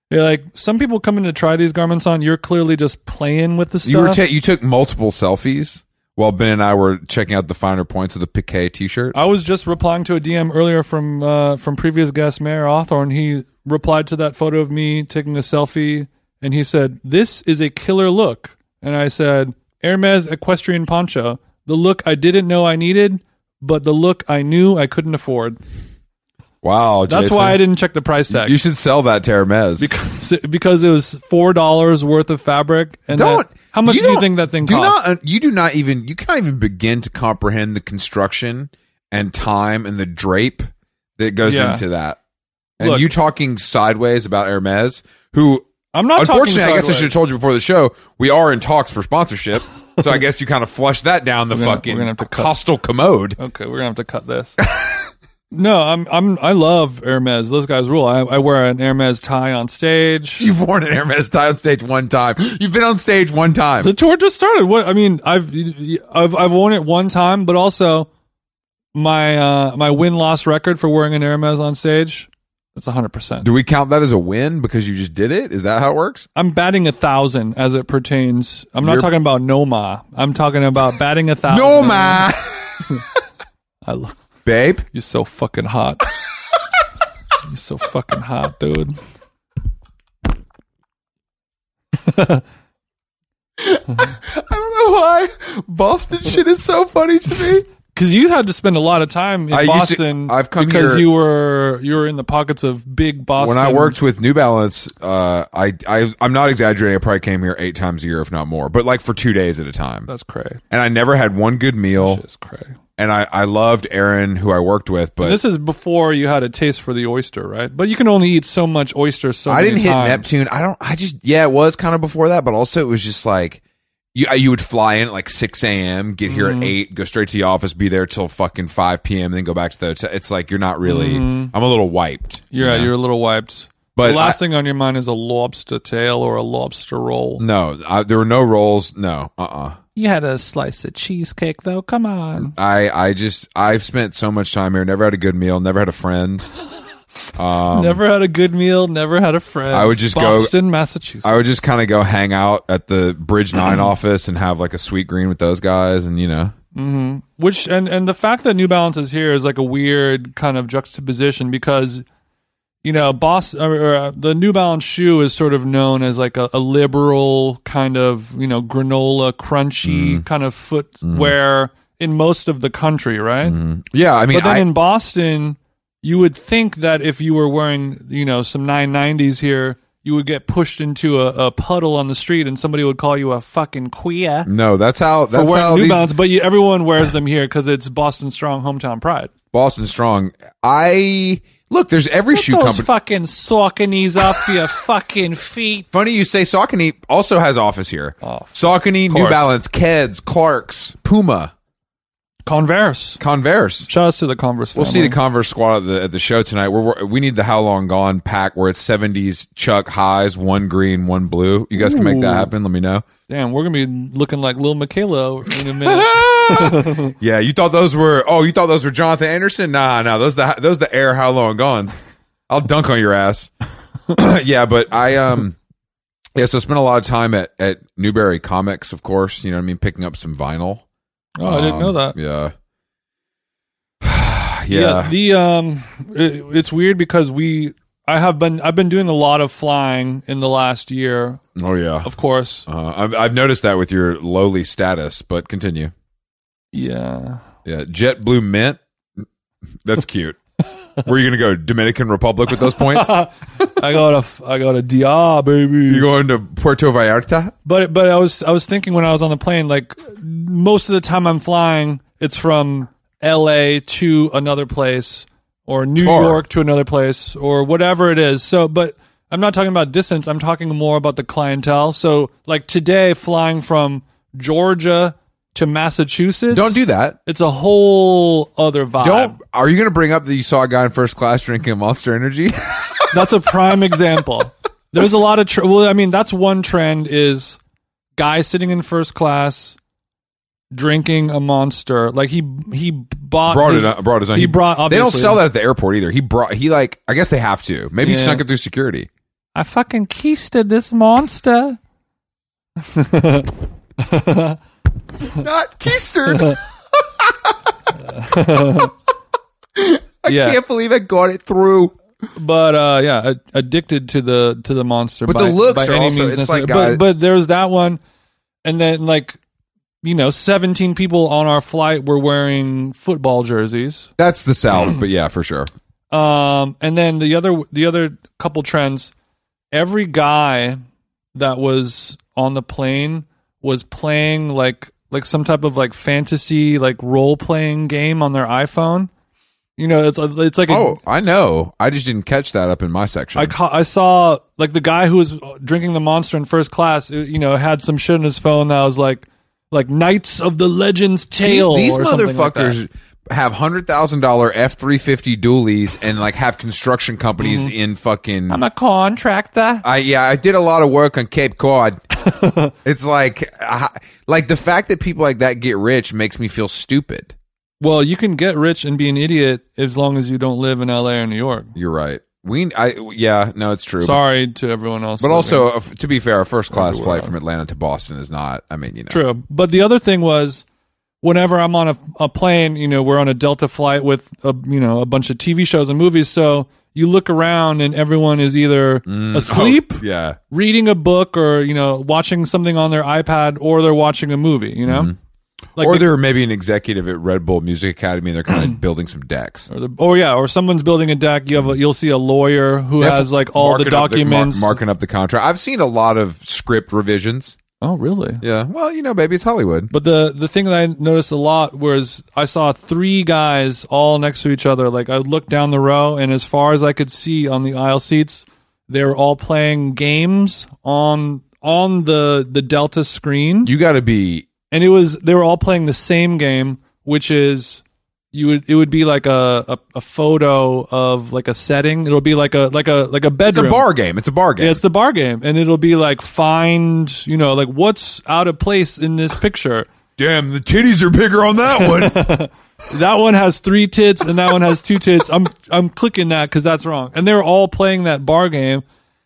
[SPEAKER 1] You're like some people come in to try these garments on. You're clearly just playing with the stuff.
[SPEAKER 2] You were ta- you took multiple selfies while Ben and I were checking out the finer points of the Piquet T-shirt.
[SPEAKER 1] I was just replying to a DM earlier from uh, from previous guest Mayor Hawthorne. He replied to that photo of me taking a selfie, and he said, "This is a killer look." And I said, "Hermes equestrian poncho, the look I didn't know I needed, but the look I knew I couldn't afford."
[SPEAKER 2] Wow,
[SPEAKER 1] That's
[SPEAKER 2] Jason.
[SPEAKER 1] why I didn't check the price tag
[SPEAKER 2] You should sell that to Hermes.
[SPEAKER 1] because, because it was four dollars worth of fabric. And
[SPEAKER 2] don't.
[SPEAKER 1] that- how much do you
[SPEAKER 2] don't-
[SPEAKER 1] think that thing
[SPEAKER 2] do
[SPEAKER 1] cost?
[SPEAKER 2] Not, uh, you do not even. You can't even begin to comprehend the construction and time and the drape that goes
[SPEAKER 1] Yeah.
[SPEAKER 2] into that. And
[SPEAKER 1] Look.
[SPEAKER 2] you talking sideways about Hermes, who
[SPEAKER 1] I'm not. talking
[SPEAKER 2] unfortunately, I guess I
[SPEAKER 1] sideways.
[SPEAKER 2] should have told you before the show. We are in talks for sponsorship, so I guess you kind of flush that down the
[SPEAKER 1] gonna- we're
[SPEAKER 2] fucking
[SPEAKER 1] gonna have to cut.
[SPEAKER 2] hostile commode.
[SPEAKER 1] Okay, we're gonna have to cut this. no, I'm I'm I love Hermes. Those guys rule. I, I wear an Hermes tie on stage.
[SPEAKER 2] You've worn an Hermes tie on stage one time. You've been on stage one time.
[SPEAKER 1] the tour just started. What I mean, I've I've I've worn it one time, but also my uh my win loss record for wearing an Hermes on stage. That's hundred percent.
[SPEAKER 2] Do we count that as a win because you just did it? Is that how it works?
[SPEAKER 1] I'm batting a thousand as it pertains. I'm not
[SPEAKER 2] You're-
[SPEAKER 1] talking about Noma. I'm talking about batting a thousand.
[SPEAKER 2] No, ma,
[SPEAKER 1] I lo-
[SPEAKER 2] babe.
[SPEAKER 1] You're so fucking hot. You're so fucking hot, dude.
[SPEAKER 2] I don't know why Boston shit is so funny to me.
[SPEAKER 1] Because you had to spend a lot of time in
[SPEAKER 2] I used to-
[SPEAKER 1] Boston.
[SPEAKER 2] I've come
[SPEAKER 1] because
[SPEAKER 2] here-
[SPEAKER 1] you were you were in the pockets of big Boston.
[SPEAKER 2] When I worked with New Balance, uh, I, I I'm not exaggerating. I probably came here eight times a year, if not more, but like for two days at a time.
[SPEAKER 1] that's cray.
[SPEAKER 2] And I never had one good meal.
[SPEAKER 1] That's cray.
[SPEAKER 2] And I I loved Aaron, who I worked with, but
[SPEAKER 1] This is before you had a taste for the oyster, right? But you can only eat so much oyster. So
[SPEAKER 2] I
[SPEAKER 1] many
[SPEAKER 2] didn't hit
[SPEAKER 1] times.
[SPEAKER 2] Neptune. I don't. I just yeah, it was kind of before that, but also it was just like you you would fly in at like six a.m., get
[SPEAKER 1] Mm-hmm.
[SPEAKER 2] here at eight, go straight to the office, be there till fucking five p.m., then go back to the hotel. It's like you're not really. I'm a little wiped.
[SPEAKER 1] You're right, you're a little wiped.
[SPEAKER 2] But
[SPEAKER 1] the Mm-hmm. last thing on your mind is a lobster tail or a lobster roll.
[SPEAKER 2] No, I, there were no rolls. No, uh, uh
[SPEAKER 1] You had a slice of cheesecake though. Come on.
[SPEAKER 2] I I just I've spent so much time here. Never had a good meal. Never had a friend.
[SPEAKER 1] never had a good meal. Never had a friend.
[SPEAKER 2] Um, I would just go-
[SPEAKER 1] Boston, Massachusetts.
[SPEAKER 2] I would just kind of go hang out at the Bridge Nine office and have like a sweet green with those guys, and you know.
[SPEAKER 1] Which and and the fact that New Balance is here is like a weird kind of juxtaposition because you know boss or, or, uh, the New Balance shoe is sort of known as like a, a liberal kind of you know granola
[SPEAKER 2] Mm-hmm.
[SPEAKER 1] crunchy kind of footwear in most of the country, right?
[SPEAKER 2] Mm-hmm. Yeah, I mean,
[SPEAKER 1] But then
[SPEAKER 2] I,
[SPEAKER 1] in Boston, you would think that if you were wearing you know some 990s here, you would get pushed into a, a puddle on the street and somebody would call you a fucking queer
[SPEAKER 2] no, that's how
[SPEAKER 1] for
[SPEAKER 2] that's how
[SPEAKER 1] wearing New
[SPEAKER 2] these,
[SPEAKER 1] Balance, but you, everyone wears them here because it's Boston strong hometown pride.
[SPEAKER 2] Boston Strong. I look. There's every shoe company.
[SPEAKER 1] fucking Sauconys off your fucking feet.
[SPEAKER 2] Funny you say Saucony also has office here. Saucony, New
[SPEAKER 1] Oh, course.
[SPEAKER 2] Balance, Keds, Clarks, Puma,
[SPEAKER 1] Converse.
[SPEAKER 2] Converse.
[SPEAKER 1] Shout outs to the Converse.
[SPEAKER 2] We'll see
[SPEAKER 1] family.
[SPEAKER 2] the Converse squad at the, at the show tonight. We're, we're- we need the How Long Gone pack where it's 70s Chuck highs, one green, one blue. You guys can make that
[SPEAKER 1] Ooh.
[SPEAKER 2] happen. Let me know.
[SPEAKER 1] Damn, we're gonna be looking like Lil Michaela in a minute.
[SPEAKER 2] yeah, you thought those were oh, you thought those were Jonathan Anderson? Nah, nah, those the those the air how long gone's. I'll dunk on your ass. yeah, but I um yeah, so I spent a lot of time at at Newberry Comics, of course, you know what I mean, picking up some vinyl.
[SPEAKER 1] oh, I didn't know
[SPEAKER 2] Um,
[SPEAKER 1] that.
[SPEAKER 2] Yeah. yeah.
[SPEAKER 1] Yeah, the um, it, it's weird because we, I have been, I've been doing a lot of flying in the last year,
[SPEAKER 2] oh yeah.
[SPEAKER 1] of course.
[SPEAKER 2] Uh, I've, I've noticed that with your lowly status, but continue.
[SPEAKER 1] Yeah,
[SPEAKER 2] Yeah, JetBlue Mint. That's cute. Where are you going to go? Dominican Republic with those points?
[SPEAKER 1] I got a, f- I got a DR baby.
[SPEAKER 2] You going to Puerto Vallarta?
[SPEAKER 1] But but I was I was thinking when I was on the plane, like most of the time I'm flying, it's from L.A. to another place or New
[SPEAKER 2] Far.
[SPEAKER 1] York to another place or whatever it is. So, but I'm not talking about distance. I'm talking more about the clientele. So, like today, flying from Georgia to Massachusetts.
[SPEAKER 2] Don't do that.
[SPEAKER 1] It's a whole other vibe.
[SPEAKER 2] Don't. Are you going to bring up that you saw a guy in first class drinking Monster Energy?
[SPEAKER 1] That's a prime example. There's a lot of tr well, I mean, that's one trend is guys sitting in first class drinking a monster. Like he he bought
[SPEAKER 2] brought
[SPEAKER 1] his-
[SPEAKER 2] it. On, brought his own.
[SPEAKER 1] He brought.
[SPEAKER 2] They don't
[SPEAKER 1] Obviously,
[SPEAKER 2] sell that at the airport either. He brought. He like. I guess they have to. Maybe he
[SPEAKER 1] Yeah.
[SPEAKER 2] snuck it through security.
[SPEAKER 1] I fucking keisted this monster.
[SPEAKER 2] Not keistered. I
[SPEAKER 1] Yeah.
[SPEAKER 2] can't believe I got it through.
[SPEAKER 1] but uh yeah a- addicted to the to the monster
[SPEAKER 2] But
[SPEAKER 1] by,
[SPEAKER 2] the looks
[SPEAKER 1] by
[SPEAKER 2] are
[SPEAKER 1] any
[SPEAKER 2] also-
[SPEAKER 1] means
[SPEAKER 2] it's
[SPEAKER 1] necessary.
[SPEAKER 2] like,
[SPEAKER 1] but,
[SPEAKER 2] uh,
[SPEAKER 1] but there's that one and then like you know 17 people on our flight were wearing football jerseys
[SPEAKER 2] That's the South, but yeah, for sure.
[SPEAKER 1] um and then the other the other couple trends every guy that was on the plane was playing like like some type of like fantasy like role playing game on their iphone you know it's it's like a,
[SPEAKER 2] Oh, I know. I just didn't catch that up in my section.
[SPEAKER 1] I ca- I saw like the guy who was drinking the monster in first class. uh, You know, had some shit on his phone that was like like Knights of the Legends
[SPEAKER 2] these
[SPEAKER 1] Tale.
[SPEAKER 2] these
[SPEAKER 1] or something like that.
[SPEAKER 2] motherfuckers have hundred thousand dollar F three fifty dualies and like have construction companies
[SPEAKER 1] Mm-hmm.
[SPEAKER 2] in fucking.
[SPEAKER 1] I'm a contractor.
[SPEAKER 2] I yeah, I did a lot of work on Cape Cod. it's like, I, like the fact that people like that get rich makes me feel stupid.
[SPEAKER 1] Well, you can get rich and be an idiot as long as you don't live in L.A. or New York.
[SPEAKER 2] You're right. We, I yeah, no, it's true.
[SPEAKER 1] Sorry to everyone else.
[SPEAKER 2] But
[SPEAKER 1] living-
[SPEAKER 2] also, uh, f- to be fair, a first class
[SPEAKER 1] Everywhere
[SPEAKER 2] flight from Atlanta to Boston is not. I mean, you know,
[SPEAKER 1] True. But the other thing was whenever I'm on a, a plane, you know, we're on a Delta flight with a you know, a bunch of TV shows and movies, so you look around and everyone is either
[SPEAKER 2] Mm.
[SPEAKER 1] asleep
[SPEAKER 2] Yeah,
[SPEAKER 1] reading a book or you know watching something on their iPad or they're watching a movie, you know,
[SPEAKER 2] Mm-hmm.
[SPEAKER 1] like
[SPEAKER 2] or
[SPEAKER 1] the-
[SPEAKER 2] they're maybe an executive at Red Bull Music Academy. and They're kind of building some decks.
[SPEAKER 1] or, the, or yeah, or someone's building a deck. You have a, you'll see a lawyer who
[SPEAKER 2] Def-
[SPEAKER 1] has like all the
[SPEAKER 2] marking up mar-
[SPEAKER 1] documents.
[SPEAKER 2] marking up the contract. I've seen a lot of script revisions.
[SPEAKER 1] oh, really?
[SPEAKER 2] Yeah, well, you know, baby, it's Hollywood.
[SPEAKER 1] But the the thing that I noticed a lot was I saw three guys all next to each other. Like I looked down the row, and as far as I could see on the aisle seats, they were all playing games on on the the Delta screen.
[SPEAKER 2] You got to be
[SPEAKER 1] and it was they were all playing the same game, which is you would it would be like a, a, a photo of like a setting. It'll be like a like a like a
[SPEAKER 2] it's
[SPEAKER 1] bedroom.
[SPEAKER 2] a bar game. It's a bar game.
[SPEAKER 1] Yeah, it's the bar game, and it'll be like find you know like what's out of place in this picture.
[SPEAKER 2] Damn, the titties are bigger on that one.
[SPEAKER 1] That one has three tits, and that one has two tits. I'm I'm clicking that because that's wrong. And they're all playing that bar game,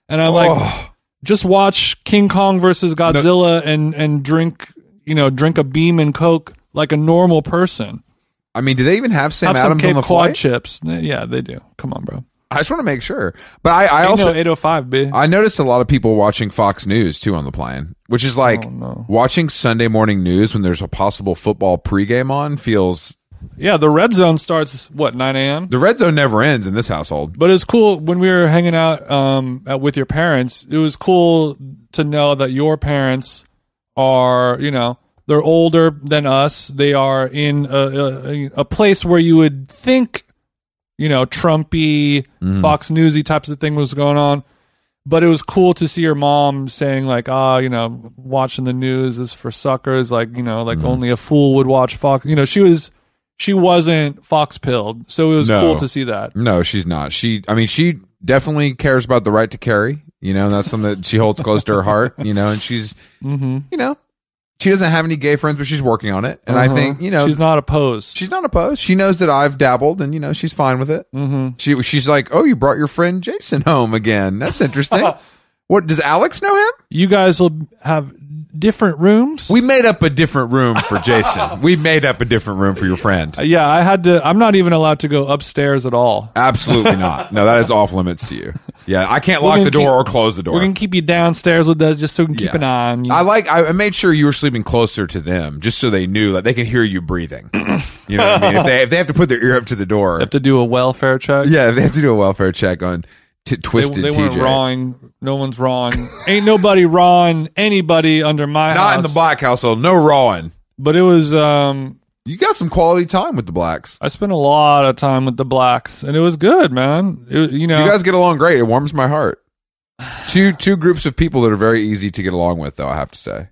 [SPEAKER 1] and I'm
[SPEAKER 2] Oh.
[SPEAKER 1] like, just watch King Kong versus Godzilla, and and drink you know drink a beam and coke like a normal person.
[SPEAKER 2] I mean, do they even have Sam
[SPEAKER 1] have
[SPEAKER 2] Adams
[SPEAKER 1] some
[SPEAKER 2] on
[SPEAKER 1] Cape
[SPEAKER 2] the
[SPEAKER 1] Quad
[SPEAKER 2] flight?
[SPEAKER 1] chips. N- Yeah, they do. Come on, bro. oh
[SPEAKER 2] I just want to make sure. But I, I
[SPEAKER 1] I
[SPEAKER 2] also
[SPEAKER 1] know 805, B.
[SPEAKER 2] I noticed a lot of people watching Fox News too on the plane, which is like
[SPEAKER 1] Oh,
[SPEAKER 2] watching Sunday morning news when there's a possible football pregame on. Feels
[SPEAKER 1] yeah, the red zone starts what 9 a.m.
[SPEAKER 2] the red zone never ends in this household.
[SPEAKER 1] But it's cool when we were hanging out um, at, with your parents. It was cool to know that your parents are, you know, they're older than us. They are in a, a, a place where you would think, you know, Trumpy, Fox Newsy types of thing was going on. But it was cool to see your mom saying like, ah, you know, watching the news is for suckers. Like, you know, like only a fool would watch Fox. You know, she was she wasn't fox pilled, so it was
[SPEAKER 2] No.
[SPEAKER 1] cool to see that.
[SPEAKER 2] No, she's not. She, I mean, she definitely cares about the right to carry. You know, and that's something that she holds close to her heart. You know, and she's,
[SPEAKER 1] Mm-hmm.
[SPEAKER 2] you know, she doesn't have any gay friends, but she's working on it. And I
[SPEAKER 1] Uh-huh.
[SPEAKER 2] think, you know,
[SPEAKER 1] she's not opposed.
[SPEAKER 2] she's not opposed. She knows that I've dabbled, and you know, she's fine with it.
[SPEAKER 1] mm-hmm.
[SPEAKER 2] She she's like, "Oh, you brought your friend Jason home again. That's interesting." what does Alex know him?
[SPEAKER 1] You guys will have different rooms.
[SPEAKER 2] We made up a different room for Jason. we made up a different room for your friend.
[SPEAKER 1] yeah, I had to. I'm not even allowed to go upstairs at all.
[SPEAKER 2] Absolutely not. No, that is off limits to you. Yeah, I can't lock
[SPEAKER 1] gonna
[SPEAKER 2] the door
[SPEAKER 1] keep-
[SPEAKER 2] or close the
[SPEAKER 1] We're
[SPEAKER 2] door.
[SPEAKER 1] gonna keep you downstairs with us just so we can keep
[SPEAKER 2] Yeah.
[SPEAKER 1] an eye on you.
[SPEAKER 2] I like. I I made sure you were sleeping closer to them, just so they knew that they can hear you breathing. You know what I mean? If they if they have to put their ear up to the door,
[SPEAKER 1] have to do a welfare check.
[SPEAKER 2] yeah, they have to do a welfare check on t-
[SPEAKER 1] They,
[SPEAKER 2] twisted
[SPEAKER 1] they weren't
[SPEAKER 2] TJ.
[SPEAKER 1] wrong. No one's wrong. Ain't nobody wrong anybody under my
[SPEAKER 2] Not
[SPEAKER 1] house.
[SPEAKER 2] in the black household. No rawing.
[SPEAKER 1] But it was. Um,
[SPEAKER 2] You got some quality time with the blacks.
[SPEAKER 1] I spent a lot of time with the blacks, and it was good, man. It, you know,
[SPEAKER 2] You guys get along great. It warms my heart. Two two groups of people that are very easy to get along with, though I have to say.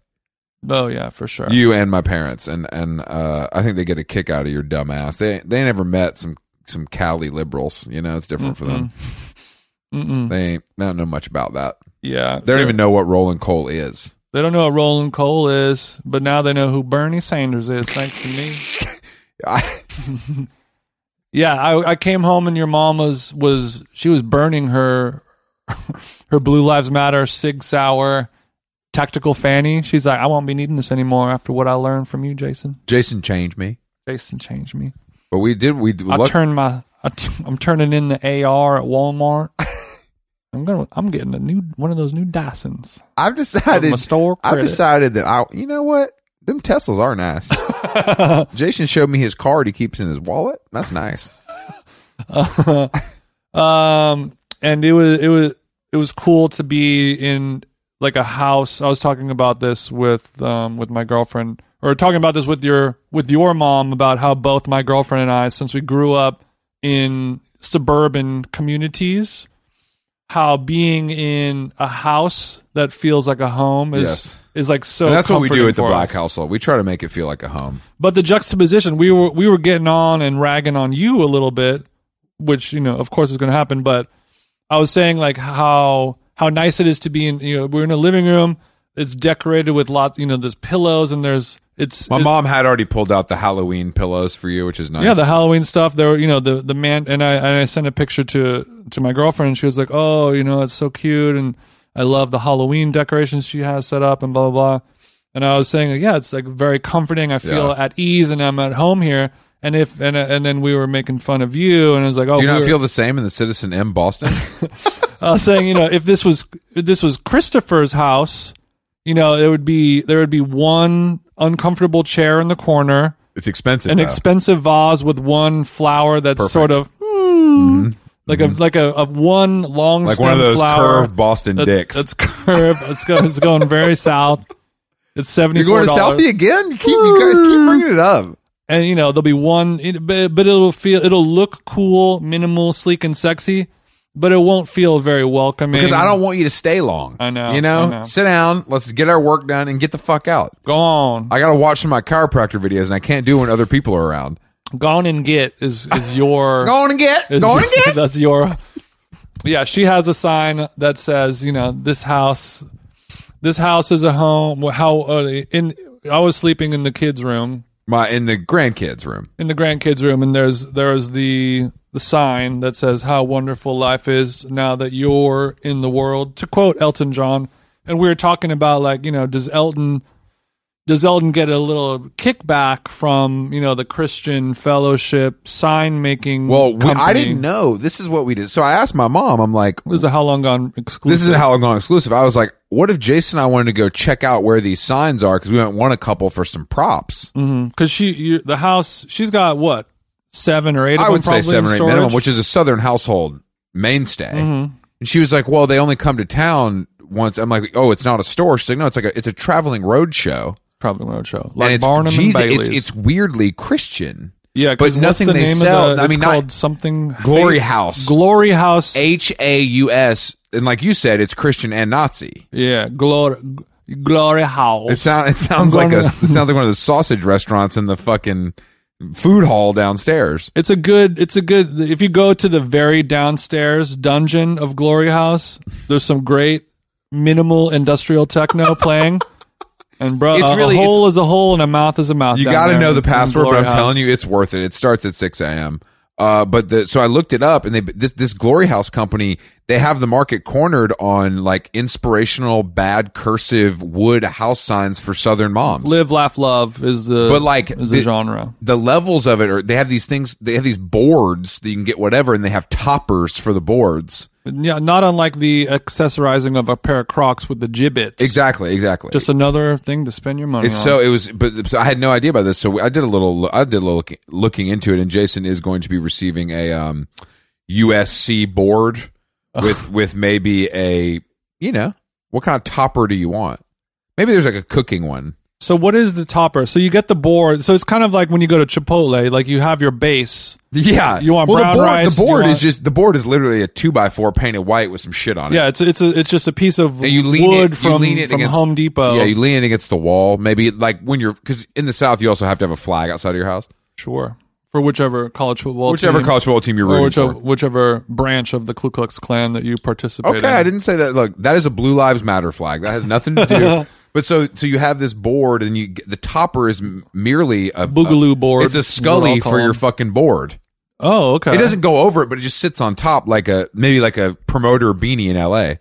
[SPEAKER 1] Oh yeah, for sure.
[SPEAKER 2] You and my parents, and and uh, I think they get a kick out of your dumb ass. They they never met some some Cali liberals. You know, it's different for them.
[SPEAKER 1] Mm-hmm. Mm-mm.
[SPEAKER 2] They ain't, they don't know much about that.
[SPEAKER 1] Yeah,
[SPEAKER 2] They don't even know what rolling coal is.
[SPEAKER 1] They don't know what Roland Cole is, but now they know who Bernie Sanders is. Thanks to me.
[SPEAKER 2] I,
[SPEAKER 1] Yeah, I, I came home and your mom was was she was burning her her Blue Lives Matter Sig Sauer tactical fanny. She's like, I won't be needing this anymore after what I learned from you, Jason.
[SPEAKER 2] Jason changed me,
[SPEAKER 1] Jason changed me.
[SPEAKER 2] but we did. We
[SPEAKER 1] I
[SPEAKER 2] look,
[SPEAKER 1] turned my I t- I'm turning in the AR at Walmart. I'm gonna I'm getting a new one of those new Dysons.
[SPEAKER 2] I've
[SPEAKER 1] With
[SPEAKER 2] decided.
[SPEAKER 1] my store
[SPEAKER 2] I've
[SPEAKER 1] credit.
[SPEAKER 2] decided that I. You know what? Them Teslas are nice. Jason showed me his card he keeps in his wallet. That's nice.
[SPEAKER 1] um and it was it was it was cool to be in like a house i was talking about this with um with my girlfriend or talking about this with your with your mom about how both my girlfriend and i since we grew up in suburban communities how being in a house that feels like a home is
[SPEAKER 2] Yes.
[SPEAKER 1] is like so
[SPEAKER 2] And that's what we do
[SPEAKER 1] comforting
[SPEAKER 2] at the
[SPEAKER 1] for
[SPEAKER 2] Black
[SPEAKER 1] us.
[SPEAKER 2] Household. We try to make it feel like a home.
[SPEAKER 1] But the juxtaposition, we were we were getting on and ragging on you a little bit, which you know, of course, is going to happen. But I was saying like how how nice it is to be in. You know, we're in a living room. It's decorated with lots. You know, there's pillows and there's it's.
[SPEAKER 2] My
[SPEAKER 1] it-
[SPEAKER 2] mom had already pulled out the Halloween pillows for you, which is nice.
[SPEAKER 1] yeah, the Halloween stuff. There, were, you know, the the man and I and I sent a picture to to my girlfriend. and She was like, "Oh, you know, it's so cute, and I love the Halloween decorations she has set up, and blah blah blah." And I was saying, like, "Yeah, it's like very comforting. I feel
[SPEAKER 2] Yeah.
[SPEAKER 1] at ease, and I'm at home here." And if and and then we were making fun of you, and I was like, "Oh,
[SPEAKER 2] do you
[SPEAKER 1] we
[SPEAKER 2] not
[SPEAKER 1] were-
[SPEAKER 2] feel the same in the Citizen M Boston?
[SPEAKER 1] I was saying, you know, if this was if this was Christopher's house, you know, it would be there would be one uncomfortable chair in the corner."
[SPEAKER 2] it's expensive.
[SPEAKER 1] an
[SPEAKER 2] though.
[SPEAKER 1] expensive vase with one flower that's
[SPEAKER 2] Perfect. Mm-hmm.
[SPEAKER 1] sort of hmm, like a like a, a one long
[SPEAKER 2] like
[SPEAKER 1] stem
[SPEAKER 2] one of those
[SPEAKER 1] flower
[SPEAKER 2] curved Boston
[SPEAKER 1] that's,
[SPEAKER 2] dicks.
[SPEAKER 1] That's curved. It's going it's going very south. It's seventy
[SPEAKER 2] You're going
[SPEAKER 1] four
[SPEAKER 2] to
[SPEAKER 1] dollars,
[SPEAKER 2] Southie again? You keep, you guys keep bringing it up.
[SPEAKER 1] and you know there'll be one, it, but, but it'll feel it'll look cool, minimal, sleek, and sexy, but it won't feel very welcoming.
[SPEAKER 2] Because I don't want you to stay long.
[SPEAKER 1] I know,
[SPEAKER 2] You know?
[SPEAKER 1] I know.
[SPEAKER 2] Sit down. Let's get our work done and get the fuck out.
[SPEAKER 1] go on,
[SPEAKER 2] I got to watch some of my chiropractor videos, and I can't do it when other people are around.
[SPEAKER 1] go on and get is is your
[SPEAKER 2] Go on and get.
[SPEAKER 1] Is-
[SPEAKER 2] Go on and get.
[SPEAKER 1] That's your. Yeah, she has a sign that says, you know, this house, this house is a home. Well, How uh, in? I was sleeping in the kids' room,
[SPEAKER 2] My in the grandkids' room.
[SPEAKER 1] in the grandkids' room, and there's there's the the sign that says how wonderful life is now that you're in the world. To quote Elton John, and we were talking about like, you know, does Elton does Elton get a little kickback from you know the Christian Fellowship sign making?
[SPEAKER 2] Well, we, I didn't know. This is what we did. So I asked my mom. I'm like,
[SPEAKER 1] This is a how long gone exclusive.
[SPEAKER 2] this is a How Long exclusive. I was like, what if Jason and I wanted to go check out where these signs are because we went one a couple for some props.
[SPEAKER 1] Mm-hmm. because she you, the house she's got what seven or eight. Of
[SPEAKER 2] I
[SPEAKER 1] them
[SPEAKER 2] would say
[SPEAKER 1] probably
[SPEAKER 2] seven
[SPEAKER 1] in
[SPEAKER 2] or eight
[SPEAKER 1] storage? Mm-hmm.
[SPEAKER 2] minimum, which is a Southern household mainstay. And she was like, well, they only come to town once. I'm like, oh, it's not a store. She's like, no, it's like a it's a traveling road show.
[SPEAKER 1] probably won't show. Like
[SPEAKER 2] and it's
[SPEAKER 1] Barnum
[SPEAKER 2] Jesus-
[SPEAKER 1] and Bailey's.
[SPEAKER 2] it's, it's weirdly Christian.
[SPEAKER 1] yeah,
[SPEAKER 2] but
[SPEAKER 1] 'cause what's
[SPEAKER 2] nothing
[SPEAKER 1] the
[SPEAKER 2] they
[SPEAKER 1] name
[SPEAKER 2] sell-
[SPEAKER 1] Of the,
[SPEAKER 2] I
[SPEAKER 1] it's
[SPEAKER 2] mean, not-
[SPEAKER 1] called something
[SPEAKER 2] Glory
[SPEAKER 1] Faith-
[SPEAKER 2] House.
[SPEAKER 1] Glory House.
[SPEAKER 2] H A U S. And like you said, it's Christian and Nazi.
[SPEAKER 1] yeah, glory Glory House.
[SPEAKER 2] It sound it sounds
[SPEAKER 1] I'm
[SPEAKER 2] like a
[SPEAKER 1] going
[SPEAKER 2] it sounds like one of those sausage restaurants in the fucking food hall downstairs.
[SPEAKER 1] It's a good. It's a good. If you go to the very downstairs dungeon of Glory House, there's some great minimal industrial techno playing. And bro,
[SPEAKER 2] It's
[SPEAKER 1] a-
[SPEAKER 2] really-
[SPEAKER 1] a hole is a hole and a mouth is a mouth.
[SPEAKER 2] You
[SPEAKER 1] down
[SPEAKER 2] got to
[SPEAKER 1] there
[SPEAKER 2] know
[SPEAKER 1] in-
[SPEAKER 2] the
[SPEAKER 1] in
[SPEAKER 2] password, but
[SPEAKER 1] Glory
[SPEAKER 2] I'm
[SPEAKER 1] House.
[SPEAKER 2] telling you, it's worth it. It starts at 6 a.m. Uh, but the so I looked it up, and they this this Glory House company they have the market cornered on like inspirational bad cursive wood house signs for Southern moms.
[SPEAKER 1] Live, laugh, love is the
[SPEAKER 2] But, like,
[SPEAKER 1] is the,
[SPEAKER 2] the-
[SPEAKER 1] genre.
[SPEAKER 2] the levels of it are they have these things they have these boards that you can get whatever, and they have toppers for the boards.
[SPEAKER 1] Yeah, not unlike the accessorizing of a pair of Crocs with the gibbets.
[SPEAKER 2] Exactly, exactly.
[SPEAKER 1] Just another thing to spend your money
[SPEAKER 2] It's
[SPEAKER 1] on.
[SPEAKER 2] so it was, but so I had no idea about this. So we- I did a little, I did a little looking, looking into it, and Jason is going to be receiving a um, USC board with with maybe a you know what kind of topper do you want? Maybe there's like a cooking one.
[SPEAKER 1] So what is the topper? So you get the board. So it's kind of like when you go to Chipotle, like you have your base,
[SPEAKER 2] Yeah,
[SPEAKER 1] You want brown
[SPEAKER 2] the board,
[SPEAKER 1] rice,
[SPEAKER 2] The
[SPEAKER 1] you
[SPEAKER 2] board
[SPEAKER 1] want-
[SPEAKER 2] is just the board is literally a two by four painted white with some shit on it.
[SPEAKER 1] Yeah, it's it's a, it's just a piece of
[SPEAKER 2] And you lean
[SPEAKER 1] wood
[SPEAKER 2] it,
[SPEAKER 1] from,
[SPEAKER 2] you lean it
[SPEAKER 1] from
[SPEAKER 2] against,
[SPEAKER 1] Home Depot.
[SPEAKER 2] Yeah, you lean it against the wall. Maybe like when you're because in the South you also have to have a flag outside of your house,
[SPEAKER 1] sure for whichever college football,
[SPEAKER 2] whichever
[SPEAKER 1] team,
[SPEAKER 2] college football team you're
[SPEAKER 1] or
[SPEAKER 2] rooting
[SPEAKER 1] whichever,
[SPEAKER 2] for.
[SPEAKER 1] whichever branch of the Ku Klux Klan that you participate in.
[SPEAKER 2] Okay, I didn't say that. Look, that is a Blue Lives Matter flag. That has nothing to do. but so so you have this board, and you get- the topper is m- merely a
[SPEAKER 1] Boogaloo
[SPEAKER 2] a-
[SPEAKER 1] board,
[SPEAKER 2] It's a
[SPEAKER 1] is what I'll
[SPEAKER 2] Scully
[SPEAKER 1] call
[SPEAKER 2] for your
[SPEAKER 1] them.
[SPEAKER 2] fucking board.
[SPEAKER 1] Oh, okay.
[SPEAKER 2] It doesn't go over it, but it just sits on top like a maybe like a promoter beanie in L.A.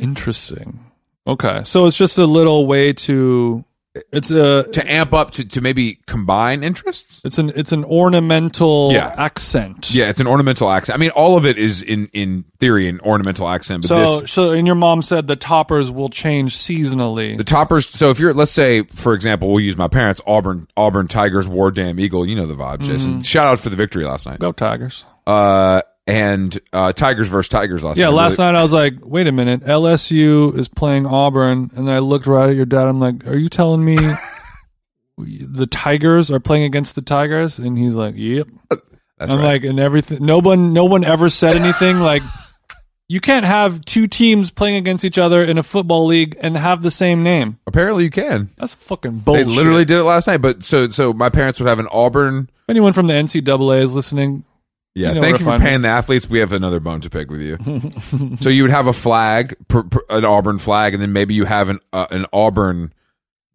[SPEAKER 1] Interesting. Okay, so it's just a little way to it's a
[SPEAKER 2] to amp up to to maybe combine interests.
[SPEAKER 1] it's an it's an ornamental
[SPEAKER 2] Yeah.
[SPEAKER 1] accent.
[SPEAKER 2] Yeah, it's an ornamental accent. I mean, all of it is in in theory an ornamental accent, but
[SPEAKER 1] So
[SPEAKER 2] this
[SPEAKER 1] so and your mom said the toppers will change seasonally.
[SPEAKER 2] the toppers. So if you're, let's say, for example, we'll use my parents, Auburn, Auburn Tigers, War Dam Eagle. You know the vibes,
[SPEAKER 1] Mm-hmm.
[SPEAKER 2] Jason. Shout out for the victory last night.
[SPEAKER 1] Go Tigers.
[SPEAKER 2] Uh, and uh, Tigers versus Tigers last
[SPEAKER 1] Yeah,
[SPEAKER 2] night.
[SPEAKER 1] last
[SPEAKER 2] Really-
[SPEAKER 1] night I was like, wait a minute, LSU is playing Auburn, and then I looked right at your dad. I'm like, are you telling me the Tigers are playing against the Tigers? And he's like, yep.
[SPEAKER 2] That's
[SPEAKER 1] I'm
[SPEAKER 2] right.
[SPEAKER 1] like, and everything. No one, no one ever said anything like. You can't have two teams playing against each other in a football league and have the same name.
[SPEAKER 2] apparently you can.
[SPEAKER 1] That's fucking bullshit.
[SPEAKER 2] They literally did it last night. But so so my parents would have an Auburn.
[SPEAKER 1] if anyone from the NCAA is listening,
[SPEAKER 2] Yeah,
[SPEAKER 1] You know where
[SPEAKER 2] thank
[SPEAKER 1] to
[SPEAKER 2] you for
[SPEAKER 1] find me.
[SPEAKER 2] paying the athletes. We have another bone to pick with you. so you would have a flag, pr- pr- an Auburn flag, and then maybe you have an uh, an Auburn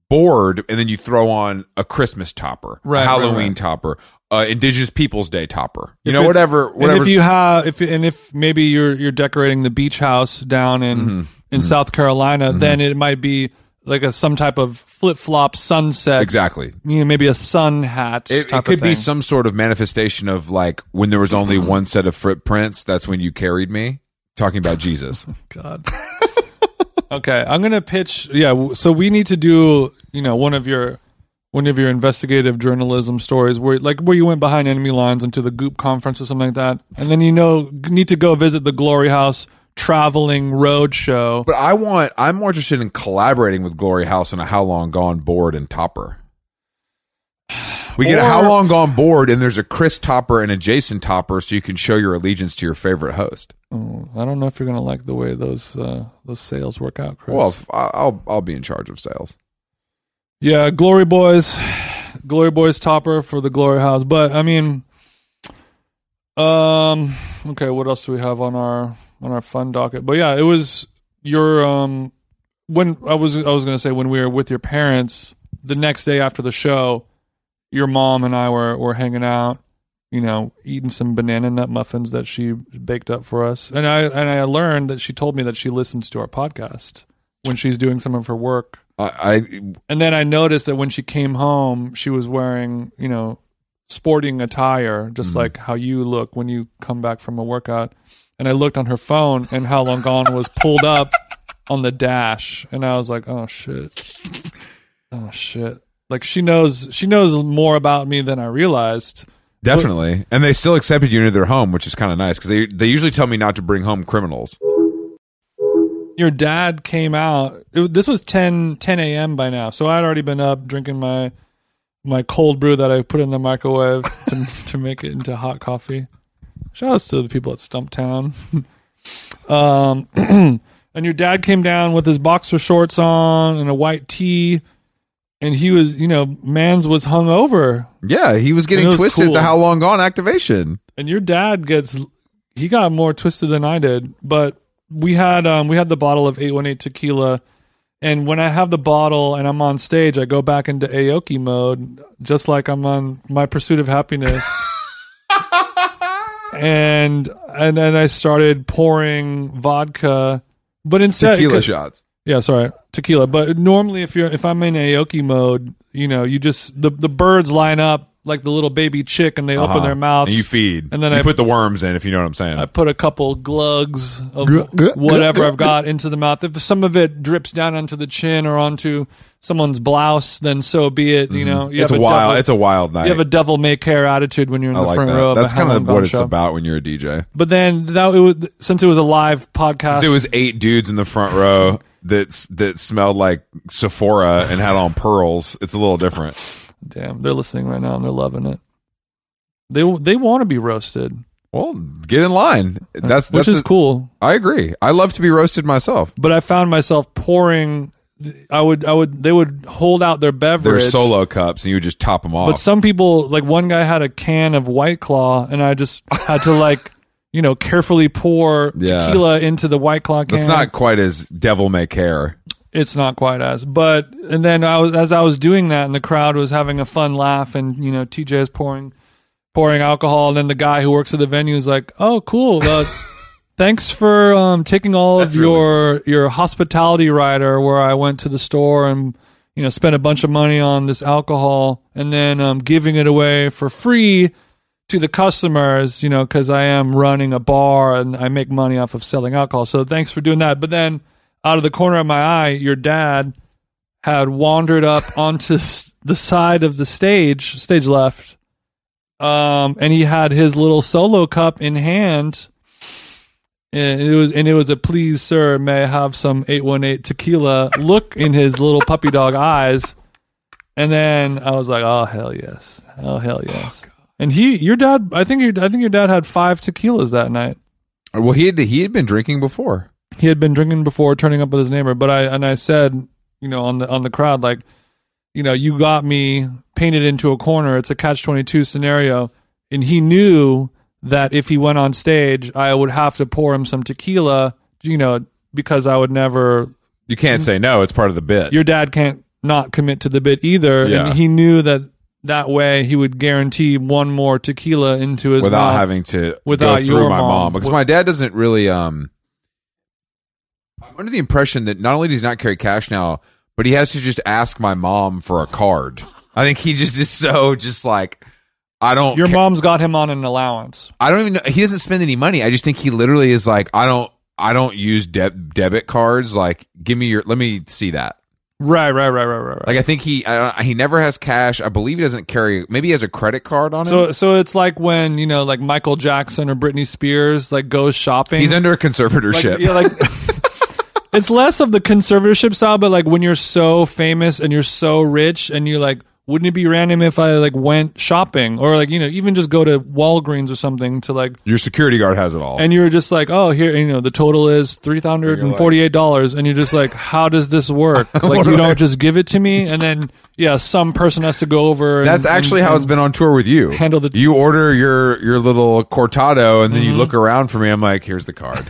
[SPEAKER 2] board, and then you throw on a Christmas topper,
[SPEAKER 1] Right,
[SPEAKER 2] a
[SPEAKER 1] right,
[SPEAKER 2] Halloween
[SPEAKER 1] right.
[SPEAKER 2] topper, uh, Indigenous Peoples Day topper. You
[SPEAKER 1] If
[SPEAKER 2] know,
[SPEAKER 1] it's-
[SPEAKER 2] whatever,
[SPEAKER 1] and
[SPEAKER 2] whatever.
[SPEAKER 1] if you have, if and if maybe you're you're decorating the beach house down in
[SPEAKER 2] Mm-hmm.
[SPEAKER 1] in South Carolina, then it might be like a some type of flip flop sunset.
[SPEAKER 2] exactly.
[SPEAKER 1] You know, maybe a sun hat.
[SPEAKER 2] It,
[SPEAKER 1] type
[SPEAKER 2] it
[SPEAKER 1] of
[SPEAKER 2] could be
[SPEAKER 1] thing. Mm-hmm.
[SPEAKER 2] some sort of manifestation of like when there was only one set of footprints. That's when you carried me. Talking about Jesus.
[SPEAKER 1] God. okay, I'm gonna pitch. Yeah, w- so we need to do you know one of your one of your investigative journalism stories where like where you went behind enemy lines into the Goop conference or something like that, and then you know need to go visit the Glory House traveling road show.
[SPEAKER 2] But I want. I'm more interested in collaborating with Glory House on a How Long Gone board and Topper. We get a
[SPEAKER 1] Or-
[SPEAKER 2] How Long Gone board, and there's a Chris Topper and a Jason Topper, so you can show your allegiance to your favorite host.
[SPEAKER 1] Oh, I don't know if you're gonna like the way those uh, those sales work out, Chris.
[SPEAKER 2] Well, f- I- I'll I'll be in charge of sales.
[SPEAKER 1] yeah, Glory Boys, Glory Boys topper for the Glory House. But I mean, um, okay, what else do we have on our on our fun docket? But yeah, it was your um when I was I was gonna say when we were with your parents the next day after the show, your mom and I were were hanging out. You know, eating some banana nut muffins that she baked up for us, and I and I learned that she told me that she listens to our podcast when she's doing some of her work.
[SPEAKER 2] I,
[SPEAKER 1] And then I noticed that when she came home, she was wearing, you know, sporting attire, just like how you look when you come back from a workout. And I looked on her phone and How Long Gone was pulled up on the dash. And I was like, oh shit. Oh shit. Like she knows she knows more about me than I realized.
[SPEAKER 2] definitely, and they still accepted you into their home, which is kind of nice because they they usually tell me not to bring home criminals.
[SPEAKER 1] Your dad came out. It, was- this was 10, 10 a.m. by now. So I'd already been up drinking my my cold brew that I put in the microwave to, to make it into hot coffee. Shout outs to the people at Stumptown. um, and your dad came down with his boxer shorts on and a white tee. And he was, you know, Mans was hung over.
[SPEAKER 2] Yeah, he was
[SPEAKER 1] It
[SPEAKER 2] getting
[SPEAKER 1] was
[SPEAKER 2] twisted at
[SPEAKER 1] cool.
[SPEAKER 2] the How Long Gone activation.
[SPEAKER 1] and your dad gets he got more twisted than I did, but we had um we had the bottle of 818 tequila and when I have the bottle and I'm on stage, I go back into Aoki E mode just like I'm on my pursuit of happiness. and and then I started pouring vodka but instead
[SPEAKER 2] Tequila shots.
[SPEAKER 1] yeah, sorry, tequila. But normally, if you're if I'm in Aoki E mode, you know, you just the the birds line up like the little baby chick, and they
[SPEAKER 2] Uh-huh.
[SPEAKER 1] open their mouths.
[SPEAKER 2] and you feed,
[SPEAKER 1] and then
[SPEAKER 2] you
[SPEAKER 1] I-
[SPEAKER 2] put the worms in, if you know what I'm saying.
[SPEAKER 1] I put a couple glugs of
[SPEAKER 2] Glug, glug,
[SPEAKER 1] whatever
[SPEAKER 2] glug,
[SPEAKER 1] I've got into the mouth. If some of it drips down onto the chin or onto someone's blouse, then so be it. You know, you
[SPEAKER 2] Mm-hmm. it's
[SPEAKER 1] have a
[SPEAKER 2] wild.
[SPEAKER 1] Devil,
[SPEAKER 2] it's a wild night.
[SPEAKER 1] you have a devil may care attitude when you're in
[SPEAKER 2] I
[SPEAKER 1] the
[SPEAKER 2] like
[SPEAKER 1] front
[SPEAKER 2] that.
[SPEAKER 1] row.
[SPEAKER 2] That's
[SPEAKER 1] kind of a Howlin'
[SPEAKER 2] what
[SPEAKER 1] Gong
[SPEAKER 2] it's
[SPEAKER 1] show.
[SPEAKER 2] about when you're a DJ.
[SPEAKER 1] But then that it was since it was a live podcast.
[SPEAKER 2] It was eight dudes in the front row that s- that smelled like Sephora and had on pearls. It's a little different.
[SPEAKER 1] damn, they're listening right now and they're loving it. They they want to be roasted,
[SPEAKER 2] Well, get in line. That's
[SPEAKER 1] which
[SPEAKER 2] that's
[SPEAKER 1] is
[SPEAKER 2] the-
[SPEAKER 1] cool.
[SPEAKER 2] I agree. I love to be roasted myself.
[SPEAKER 1] But I found myself pouring. I would I would they would hold out their
[SPEAKER 2] They're
[SPEAKER 1] beverage.
[SPEAKER 2] solo cups, and you would just top them off.
[SPEAKER 1] But some people, like one guy had a can of White Claw, and I just had to like, you know, carefully pour
[SPEAKER 2] Yeah.
[SPEAKER 1] tequila into the White Claw can.
[SPEAKER 2] That's not quite as devil may care.
[SPEAKER 1] It's not quite as, but and then I was as I was doing that, and the crowd was having a fun laugh, and you know, TJ is pouring pouring alcohol, and then the guy who works at the venue is like, "Oh, cool." Uh, Thanks for um, taking all
[SPEAKER 2] That's
[SPEAKER 1] of
[SPEAKER 2] really-
[SPEAKER 1] your your hospitality rider where I went to the store and you know spent a bunch of money on this alcohol and then um, giving it away for free to the customers, you know, because I am running a bar and I make money off of selling alcohol. So thanks for doing that. But then out of the corner of my eye, your dad had wandered up onto s- the side of the stage, stage left, um, and he had his little solo cup in hand. And it was and it was a please sir may I have some 818 tequila look in his little puppy dog eyes and then I was like oh hell yes oh hell yes and he your dad I think your, I think your dad had 5 tequilas that night
[SPEAKER 2] Well, he had he had been drinking before.
[SPEAKER 1] he had been drinking before turning up with his neighbor but i and i said you know on the on the crowd like you know you got me painted into a corner it's a catch 22 scenario and he knew that if he went on stage i would have to pour him some tequila you know because i would never
[SPEAKER 2] You can't say no; it's part of the bit.
[SPEAKER 1] your dad can't not commit to the bit either
[SPEAKER 2] Yeah.
[SPEAKER 1] and he knew that that way he would guarantee one more tequila into his
[SPEAKER 2] without
[SPEAKER 1] mouth.
[SPEAKER 2] having to
[SPEAKER 1] without
[SPEAKER 2] go
[SPEAKER 1] your
[SPEAKER 2] through my
[SPEAKER 1] mom.
[SPEAKER 2] mom, because my dad doesn't really. Um, I'm under the impression that not only does he not carry cash now, but he has to just ask my mom for a card. I think he just is so just like I don't.
[SPEAKER 1] your
[SPEAKER 2] ca-
[SPEAKER 1] mom's got him on an allowance
[SPEAKER 2] I don't even. know. He doesn't spend any money. I just think he literally is like I don't. I don't use de- debit cards. Like, give me your. Let me see that.
[SPEAKER 1] right right right right right, right.
[SPEAKER 2] Like I think he I, he never has cash. I believe he doesn't carry. Maybe he has a credit card on him.
[SPEAKER 1] So so it's like when you know like Michael Jackson or Britney Spears like goes shopping.
[SPEAKER 2] He's under a
[SPEAKER 1] like,
[SPEAKER 2] conservatorship.
[SPEAKER 1] yeah, like it's less of the conservatorship style, but like when you're so famous and you're so rich and you like wouldn't it be random if I like went shopping or like you know even just go to Walgreens or something to like
[SPEAKER 2] Your security guard has it all.
[SPEAKER 1] and you're just like oh here you know the total is three hundred and forty eight dollars and you're just like how does this work like you don't just give it to me and then yeah some person has to go over and-
[SPEAKER 2] That's actually
[SPEAKER 1] and-
[SPEAKER 2] how it's been on tour with you.
[SPEAKER 1] handle the-
[SPEAKER 2] you order your your little cortado, and then
[SPEAKER 1] Mm-hmm.
[SPEAKER 2] you look around for me. I'm like, here's the card.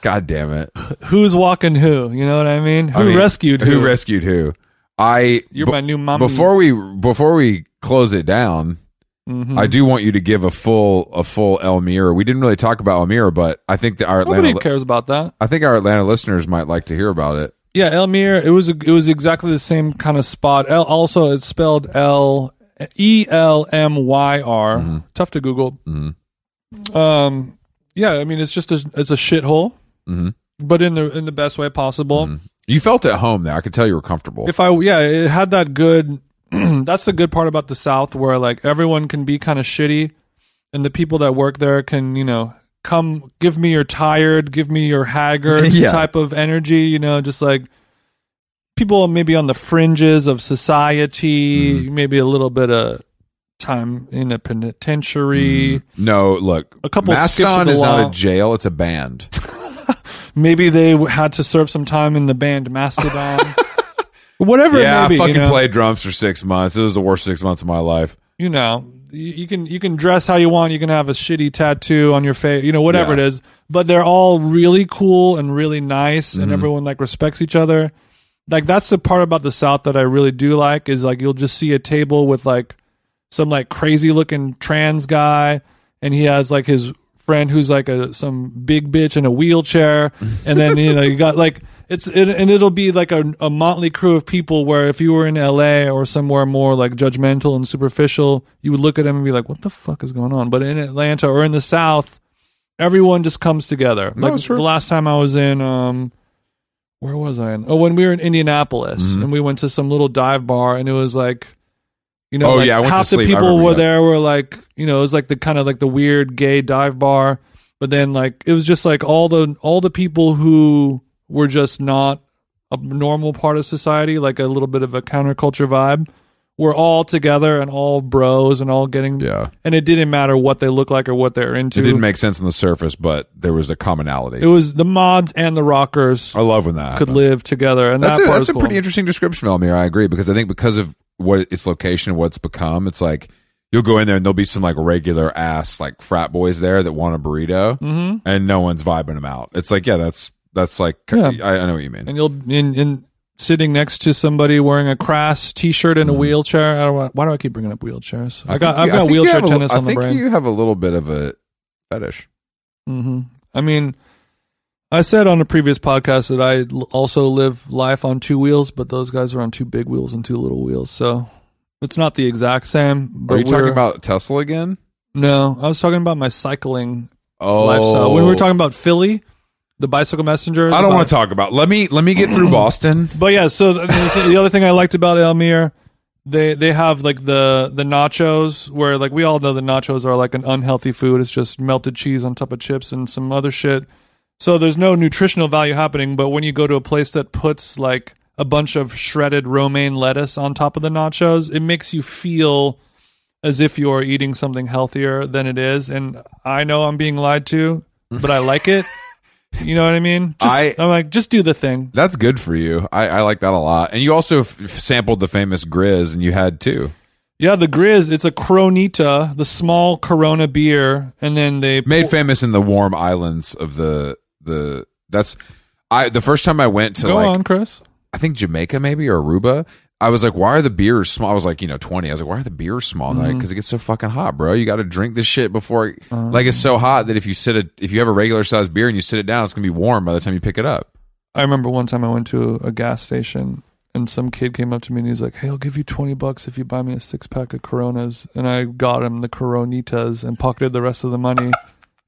[SPEAKER 2] God damn it!
[SPEAKER 1] who's walking who. You know what I mean? Who
[SPEAKER 2] I mean,
[SPEAKER 1] rescued who?
[SPEAKER 2] Who rescued who? I.
[SPEAKER 1] You're
[SPEAKER 2] be-
[SPEAKER 1] my new mommy.
[SPEAKER 2] Before we before we close it down,
[SPEAKER 1] Mhm.
[SPEAKER 2] I do want you to give a full a full Elmira. We didn't really talk about Elmira, but I think that our
[SPEAKER 1] nobody
[SPEAKER 2] Atlanta li-
[SPEAKER 1] cares about that.
[SPEAKER 2] I think our Atlanta listeners might like to hear about it.
[SPEAKER 1] Yeah, Elmir. It was it was exactly the same kind of spot. El, also, it's spelled L E L M Y R. Tough to Google.
[SPEAKER 2] Mhm.
[SPEAKER 1] Um, yeah, I mean, it's just a it's a shithole,
[SPEAKER 2] Mhm.
[SPEAKER 1] but in the in the best way possible.
[SPEAKER 2] You felt at home there. I could tell you were comfortable.
[SPEAKER 1] If I yeah, it had that good. that's the good part about the South, where like everyone can be kind of shitty, and the people that work there can you know come give me your tired, give me your haggard
[SPEAKER 2] Yeah.
[SPEAKER 1] type of energy. You know, just like people maybe on the fringes of society,
[SPEAKER 2] Mm-hmm.
[SPEAKER 1] maybe a little bit of time in a penitentiary.
[SPEAKER 2] Mm. no, look,
[SPEAKER 1] A couple skips of
[SPEAKER 2] Mastodon
[SPEAKER 1] the
[SPEAKER 2] is
[SPEAKER 1] law.
[SPEAKER 2] not a jail; it's a band. Mm-hmm.
[SPEAKER 1] Maybe they w- had to serve some time in the band Mastodon. Whatever
[SPEAKER 2] yeah,
[SPEAKER 1] it may be,
[SPEAKER 2] I fucking
[SPEAKER 1] you know?
[SPEAKER 2] played drums for six months. It was the worst six months of my life.
[SPEAKER 1] you know you, you can you can dress how you want you can have a shitty tattoo on your face you know whatever
[SPEAKER 2] Yeah.
[SPEAKER 1] it is but they're all really cool and really nice and everyone like respects each other like that's the part about the south that i really do like is like you'll just see a table with like some like crazy looking trans guy and he has like his friend who's like a some big bitch in a wheelchair and then you know you got like it's it, and it'll be like a, a motley crew of people where if you were in la or somewhere more like judgmental and superficial you would look at them and be like what the fuck is going on but in atlanta or in the south everyone just comes together
[SPEAKER 2] No,
[SPEAKER 1] like
[SPEAKER 2] it's true.
[SPEAKER 1] the last time i was in um where was i in? oh when we were in indianapolis
[SPEAKER 2] Mm-hmm.
[SPEAKER 1] and we went to some little dive bar and it was like you know,
[SPEAKER 2] Oh,
[SPEAKER 1] like
[SPEAKER 2] yeah, I went to
[SPEAKER 1] half the
[SPEAKER 2] sleep. I
[SPEAKER 1] people
[SPEAKER 2] remember
[SPEAKER 1] were
[SPEAKER 2] that.
[SPEAKER 1] there were like, you know, it was like the kind of like the weird gay dive bar, but then like it was just like all the all the people who were just not a normal part of society, like a little bit of a counterculture vibe, were all together and all bros and all getting
[SPEAKER 2] Yeah.
[SPEAKER 1] and it didn't matter what they look like or what they're into.
[SPEAKER 2] It didn't make sense on the surface, but there was a commonality.
[SPEAKER 1] It was the mods and the rockers
[SPEAKER 2] I love when that
[SPEAKER 1] could
[SPEAKER 2] happens.
[SPEAKER 1] live together, and
[SPEAKER 2] Oh, That's
[SPEAKER 1] that
[SPEAKER 2] a,
[SPEAKER 1] part
[SPEAKER 2] that's
[SPEAKER 1] was
[SPEAKER 2] a
[SPEAKER 1] cool.
[SPEAKER 2] pretty interesting description, Elmir. I agree because I think because of what its location, and what it's become, it's like you'll go in there and there'll be some like regular ass like frat boys there that want a burrito,
[SPEAKER 1] Mhm.
[SPEAKER 2] and no one's vibing them out. It's like yeah, that's that's like
[SPEAKER 1] Yeah.
[SPEAKER 2] I, I know what you mean.
[SPEAKER 1] and you'll in in sitting next to somebody wearing a crass T-shirt and a wheelchair. I don't, wa- why do I keep bringing up wheelchairs? I,
[SPEAKER 2] Mm.
[SPEAKER 1] got
[SPEAKER 2] think
[SPEAKER 1] I've
[SPEAKER 2] you-
[SPEAKER 1] got
[SPEAKER 2] think you
[SPEAKER 1] wheelchair
[SPEAKER 2] have a li-
[SPEAKER 1] tennis on
[SPEAKER 2] I
[SPEAKER 1] the
[SPEAKER 2] think
[SPEAKER 1] brain.
[SPEAKER 2] you have a little bit of a fetish.
[SPEAKER 1] hmm I mean, I said on a previous podcast that I l- also live life on two wheels, but those guys are on two big wheels and two little wheels, so it's not the exact same. But
[SPEAKER 2] Are you talking
[SPEAKER 1] we're-
[SPEAKER 2] about Tesla again?
[SPEAKER 1] No, I was talking about my cycling
[SPEAKER 2] Oh,
[SPEAKER 1] lifestyle. When we were talking about Philly, the bicycle messenger.
[SPEAKER 2] I don't
[SPEAKER 1] about-
[SPEAKER 2] want to talk about. Let me let me get through Boston.
[SPEAKER 1] But yeah, so the, the the other thing I liked about Elmir, they they have like the the nachos where like we all know the nachos are like an unhealthy food. It's just melted cheese on top of chips and some other shit. So there's no nutritional value happening. But when you go to a place that puts like a bunch of shredded romaine lettuce on top of the nachos, it makes you feel as if you're eating something healthier than it is. And I know I'm being lied to, but I like it. You know what I mean? Just,
[SPEAKER 2] I-
[SPEAKER 1] I'm like, just do the thing.
[SPEAKER 2] That's good for you. I, I like that a lot. And you also f- sampled the famous Grizz, and you had two.
[SPEAKER 1] Yeah, the Grizz. It's a Cronita, the small Corona beer, and then they
[SPEAKER 2] made
[SPEAKER 1] pour-
[SPEAKER 2] famous in the warm islands of the the that's I the first time I went to
[SPEAKER 1] Go
[SPEAKER 2] like
[SPEAKER 1] on, Chris.
[SPEAKER 2] I think Jamaica maybe or Aruba I was like why are the beers small I was like you know 20 I was like why are the beers small because
[SPEAKER 1] Mm-hmm.
[SPEAKER 2] it gets so fucking hot bro you got to drink this shit before it-
[SPEAKER 1] Uh-huh.
[SPEAKER 2] like it's so hot that if you sit a if you have a regular sized beer and you sit it down it's going to be warm by the time you pick it up
[SPEAKER 1] I remember one time I went to a gas station and some kid came up to me and he's like, "Hey, I'll give you twenty bucks if you buy me a six pack of Coronas." And I got him the Coronitas and pocketed the rest of the money.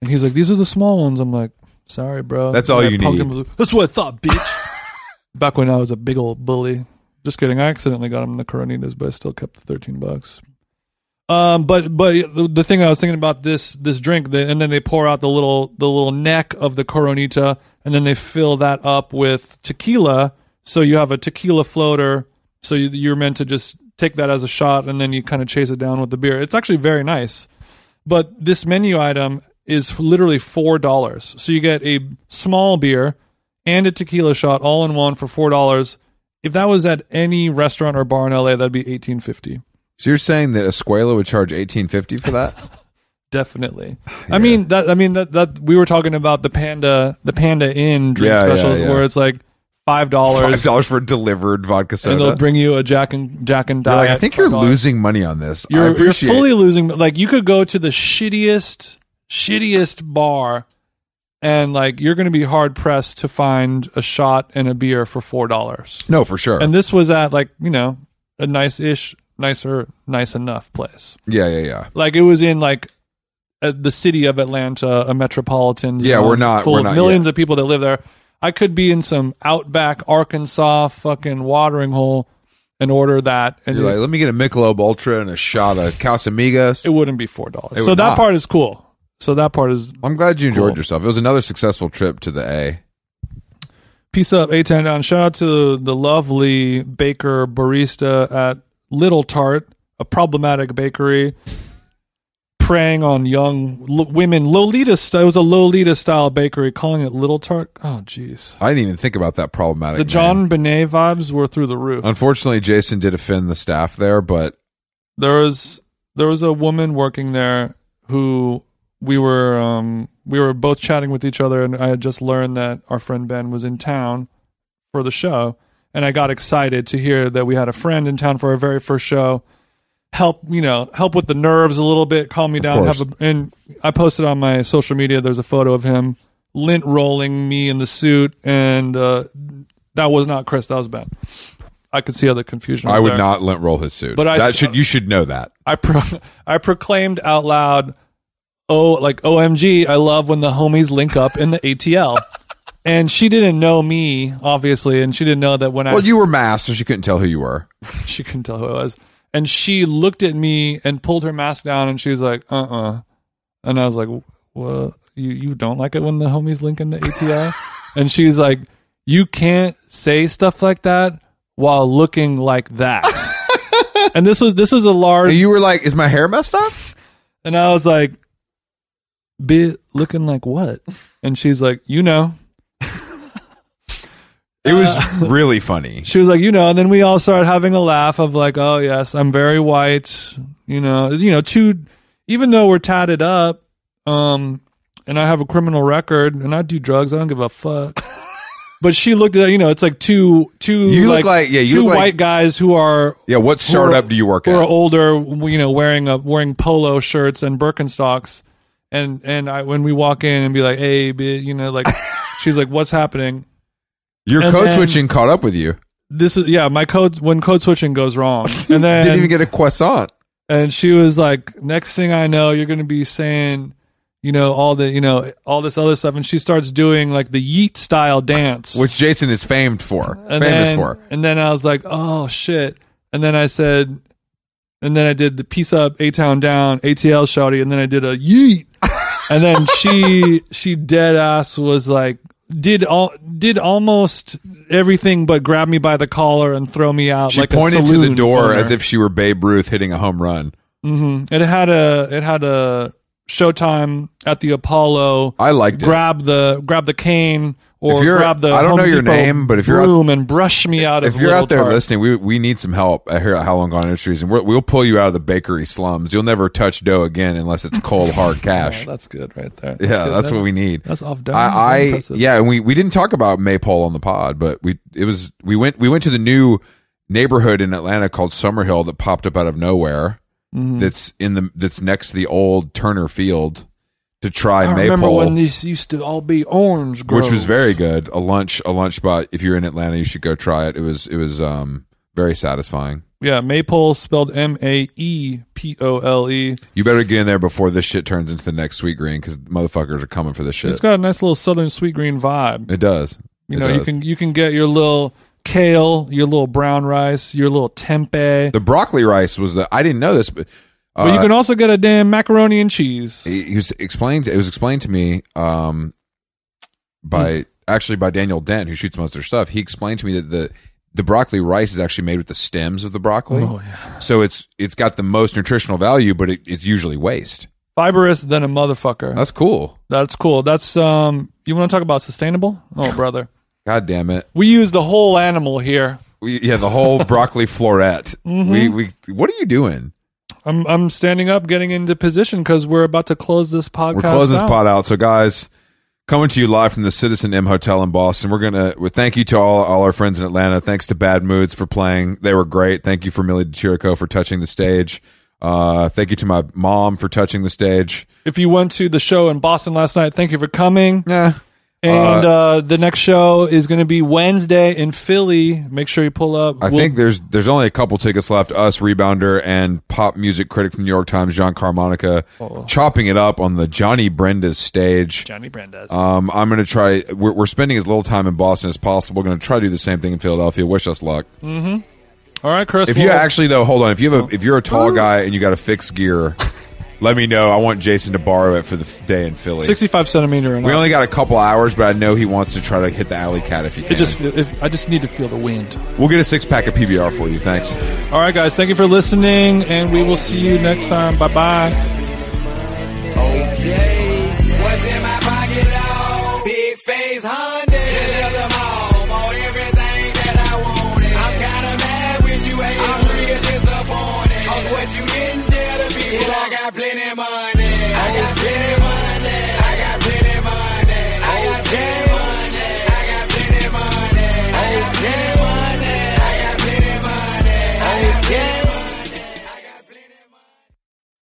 [SPEAKER 1] And he's like, "These are the small ones." I'm like, "Sorry, bro."
[SPEAKER 2] That's all
[SPEAKER 1] And I
[SPEAKER 2] you
[SPEAKER 1] poked
[SPEAKER 2] need.
[SPEAKER 1] him with- That's what I thought, bitch. Back when I was a big old bully. Just kidding. I accidentally got him the Coronitas, but I still kept the thirteen bucks. Um, but but the, the thing I was thinking about this this drink, the, and then they pour out the little the little neck of the Coronita, and then they fill that up with tequila. So you have a tequila floater. So you, you're meant to just take that as a shot, and then you kind of chase it down with the beer. It's actually very nice. But this menu item is f- literally four dollars. So you get a small beer and a tequila shot all in one for four dollars. If that was at any restaurant or bar in LA, that'd be eighteen fifty.
[SPEAKER 2] so you're saying that Escuela would charge 1850 for that
[SPEAKER 1] definitely. I mean that. I mean that. That we were talking about the panda, the panda inn drink
[SPEAKER 2] Yeah, yeah,
[SPEAKER 1] specials,
[SPEAKER 2] yeah.
[SPEAKER 1] where it's like five dollars,
[SPEAKER 2] $5 for delivered vodka
[SPEAKER 1] and
[SPEAKER 2] soda
[SPEAKER 1] they'll bring you a Jack and Jack and
[SPEAKER 2] uh-huh. You're
[SPEAKER 1] Diet.
[SPEAKER 2] like, I think you're
[SPEAKER 1] $5.
[SPEAKER 2] losing money on this I
[SPEAKER 1] You're, you're
[SPEAKER 2] appreciate
[SPEAKER 1] fully losing. Like you could go to the shittiest, shittiest bar, and like you're going to be hard pressed to find a shot and a beer for four dollars.
[SPEAKER 2] no for sure
[SPEAKER 1] And this was at like you know a nice ish, nicer, nice enough place.
[SPEAKER 2] yeah yeah yeah
[SPEAKER 1] like it was in like uh the city of Atlanta, a metropolitan.
[SPEAKER 2] Yeah,
[SPEAKER 1] zone
[SPEAKER 2] we're not-
[SPEAKER 1] full
[SPEAKER 2] we're
[SPEAKER 1] of
[SPEAKER 2] not
[SPEAKER 1] millions of people that live there. I could be in some outback Arkansas fucking watering hole and order that, and
[SPEAKER 2] You're
[SPEAKER 1] it,
[SPEAKER 2] like, let me get a Michelob Ultra and a shot of Casamigos.
[SPEAKER 1] it wouldn't be four dollars.
[SPEAKER 2] It
[SPEAKER 1] So
[SPEAKER 2] would
[SPEAKER 1] that
[SPEAKER 2] not.
[SPEAKER 1] part is cool. So that part is
[SPEAKER 2] I'm glad you enjoyed
[SPEAKER 1] Cool.
[SPEAKER 2] yourself. It was another successful trip to the A.
[SPEAKER 1] Peace up, A Town Down. Shout out to the lovely baker barista at Little Tart, a problematic bakery, preying on young l- women. Lolita style. It was a Lolita style bakery, calling it Little Tart. Oh, jeez.
[SPEAKER 2] I didn't even think about that problematic.
[SPEAKER 1] The
[SPEAKER 2] name.
[SPEAKER 1] John Benet vibes were through the roof.
[SPEAKER 2] Unfortunately, Jason did offend the staff there, but
[SPEAKER 1] there was there was a woman working there who we were um, we were both chatting with each other, and I had just learned that our friend Ben was in town for the show, and I got excited to hear that we had a friend in town for our very first show. Help you know help with the nerves a little bit, calm me down.
[SPEAKER 2] course.
[SPEAKER 1] Have a, and I posted on my social media. There's a photo of him lint rolling me in the suit, and uh, that was not Chris. That was Ben. I could see how the confusion. Was
[SPEAKER 2] I would
[SPEAKER 1] there.
[SPEAKER 2] not lint roll his suit.
[SPEAKER 1] But I
[SPEAKER 2] that
[SPEAKER 1] saw-
[SPEAKER 2] should you should know that.
[SPEAKER 1] I pro- I proclaimed out loud, "Oh, like OMG! I love when the homies link up in the ATL." and she didn't know me, obviously, and she didn't know that when I
[SPEAKER 2] Well, you were masked, so she couldn't tell who you were.
[SPEAKER 1] she couldn't tell who I was. And she looked at me and pulled her mask down, and she was like, "Uh, uh and I was like, "What? You you don't like it when the homies link in the ATL?" and she's like, "You can't say stuff like that while looking like that." And this was this was a large,
[SPEAKER 2] You were like, "Is my hair messed up?"
[SPEAKER 1] Uh, and I was like, "Be looking like what?" And she's like, "You know."
[SPEAKER 2] It was really funny.
[SPEAKER 1] She was like, "You know." And then we all started having a laugh of like, "Oh yes, I'm very white." You know, you know, two. Even though we're tatted up, um, and I have a criminal record, and I do drugs, I don't give a fuck. But she looked at you know it's like two two
[SPEAKER 2] You look
[SPEAKER 1] like,
[SPEAKER 2] like- yeah, you
[SPEAKER 1] two
[SPEAKER 2] look like-
[SPEAKER 1] white guys who are
[SPEAKER 2] Yeah, what startup do you work
[SPEAKER 1] who are
[SPEAKER 2] at?
[SPEAKER 1] older, you know, wearing a, wearing polo shirts and Birkenstocks, and and I when we walk in and be like, hey, bi-" you know, like she's like, what's happening?
[SPEAKER 2] Your
[SPEAKER 1] and
[SPEAKER 2] code
[SPEAKER 1] then-
[SPEAKER 2] switching caught up with you.
[SPEAKER 1] This is yeah, my code when code switching goes wrong, and then
[SPEAKER 2] Didn't even get a croissant.
[SPEAKER 1] and she was like, next thing I know, you're gonna be saying. You know all the you know all this other stuff, and she starts doing like the yeet style dance,
[SPEAKER 2] which Jason is famed for,
[SPEAKER 1] and
[SPEAKER 2] famous
[SPEAKER 1] then,
[SPEAKER 2] for.
[SPEAKER 1] And then I was like, oh shit. And then I said, and then I did the peace up, A Town Down, ATL Shouty, and then I did a yeet. and then she she dead ass was like did all did almost everything but grab me by the collar and throw me out
[SPEAKER 2] She
[SPEAKER 1] like
[SPEAKER 2] pointed
[SPEAKER 1] a
[SPEAKER 2] to
[SPEAKER 1] saloon
[SPEAKER 2] the door
[SPEAKER 1] owner.
[SPEAKER 2] as if she were Babe Ruth hitting a home run.
[SPEAKER 1] Mhm. it had a it had a showtime at the Apollo
[SPEAKER 2] I liked it.
[SPEAKER 1] grab the grab the cane or
[SPEAKER 2] If you're-
[SPEAKER 1] grab the
[SPEAKER 2] I don't
[SPEAKER 1] Home
[SPEAKER 2] know your
[SPEAKER 1] Depot
[SPEAKER 2] name, but if you're out-
[SPEAKER 1] broom and brush me out
[SPEAKER 2] if
[SPEAKER 1] of
[SPEAKER 2] you're
[SPEAKER 1] Little
[SPEAKER 2] out there
[SPEAKER 1] Tart.
[SPEAKER 2] listening, we we need some help here at How Long Gone Industries, and we're, we'll pull you out of the bakery slums. You'll never touch dough again unless it's cold hard cash.
[SPEAKER 1] Oh, that's good right there.
[SPEAKER 2] yeah,
[SPEAKER 1] good.
[SPEAKER 2] that's
[SPEAKER 1] That-
[SPEAKER 2] what we need.
[SPEAKER 1] Oh, That's off down.
[SPEAKER 2] I, I
[SPEAKER 1] Impressive.
[SPEAKER 2] yeah, and we we didn't talk about Maypole on the pod, but we it was we went we went to the new neighborhood in Atlanta called Summerhill that popped up out of nowhere.
[SPEAKER 1] Mhm.
[SPEAKER 2] That's in the that's next to the old Turner Field to try
[SPEAKER 1] I
[SPEAKER 2] Maypole.
[SPEAKER 1] remember when these used to all be orange, groves.
[SPEAKER 2] which was very good. A lunch, a lunch spot. If you're in Atlanta, you should go try it. It was, it was um, very satisfying.
[SPEAKER 1] yeah. Maypole spelled M A E P O L E.
[SPEAKER 2] You better get in there before this shit turns into the next sweet green because motherfuckers are coming for this
[SPEAKER 1] It's
[SPEAKER 2] shit.
[SPEAKER 1] got a nice little southern sweet green vibe.
[SPEAKER 2] it does.
[SPEAKER 1] You
[SPEAKER 2] It
[SPEAKER 1] know, you
[SPEAKER 2] does.
[SPEAKER 1] can you can get your little kale, your little brown rice, your little tempeh,
[SPEAKER 2] The broccoli rice was the. I didn't know this, but, uh,
[SPEAKER 1] but you can also get a damn macaroni and cheese.
[SPEAKER 2] he, he was explained. It was explained to me um, by
[SPEAKER 1] Hmm.
[SPEAKER 2] actually by Daniel Dent, who shoots most of their stuff. He explained to me that the the broccoli rice is actually made with the stems of the broccoli.
[SPEAKER 1] Oh, yeah.
[SPEAKER 2] So it's it's got the most nutritional value, but it, it's usually waste.
[SPEAKER 1] Fibrous than a motherfucker.
[SPEAKER 2] That's cool.
[SPEAKER 1] That's cool. That's um. You want to talk about sustainable? Oh, brother.
[SPEAKER 2] God damn it.
[SPEAKER 1] We use the whole animal here.
[SPEAKER 2] We, yeah, the whole broccoli floret.
[SPEAKER 1] Mm-hmm.
[SPEAKER 2] We we what are you doing?
[SPEAKER 1] I'm I'm standing up, getting into position because we're about to close this podcast.
[SPEAKER 2] We're closing
[SPEAKER 1] out.
[SPEAKER 2] this pod out. So guys, coming to you live from the Citizen M Hotel in Boston. We're gonna well, thank you to all all our friends in Atlanta. Thanks to Bad Moods for playing. They were great. Thank you for Millie DeChirico for touching the stage. Uh, thank you to my mom for touching the stage.
[SPEAKER 1] If you went to the show in Boston last night, thank you for coming.
[SPEAKER 2] Yeah.
[SPEAKER 1] And uh, the next show is going to be Wednesday in Philly. Make sure you pull up.
[SPEAKER 2] I
[SPEAKER 1] We'll-
[SPEAKER 2] think there's there's only a couple tickets left. Us, Rebounder, and pop music critic from New York Times, John Carmonica, chopping it up on the Johnny Brenda's stage.
[SPEAKER 1] Johnny Brandes.
[SPEAKER 2] Um, I'm going to try. We're, we're spending as little time in Boston as possible. Going to try to do the same thing in Philadelphia. Wish us luck.
[SPEAKER 1] All right, Chris.
[SPEAKER 2] If you
[SPEAKER 1] well,
[SPEAKER 2] actually though, hold on. If you have a, if you're a tall guy and you got a fixed gear, let me know. I want Jason to borrow it for the f- day in Philly.
[SPEAKER 1] 65 centimeter, and
[SPEAKER 2] we
[SPEAKER 1] up,
[SPEAKER 2] only got a couple hours, but I know he wants to try to hit the alley cat if he can.
[SPEAKER 1] it just feel- if, I just need to feel the wind.
[SPEAKER 2] we'll get a six pack of PBR for you. Thanks.
[SPEAKER 1] All right, guys. Thank you for listening, and we will see you next time. Bye bye.
[SPEAKER 4] What's in my pocket, dog? Big face Honda. Just left them all. Want everything that I wanted. I'm kinda mad with you, haters. I'm real disappointed. Of what you didn't tell the people. I got plenty more.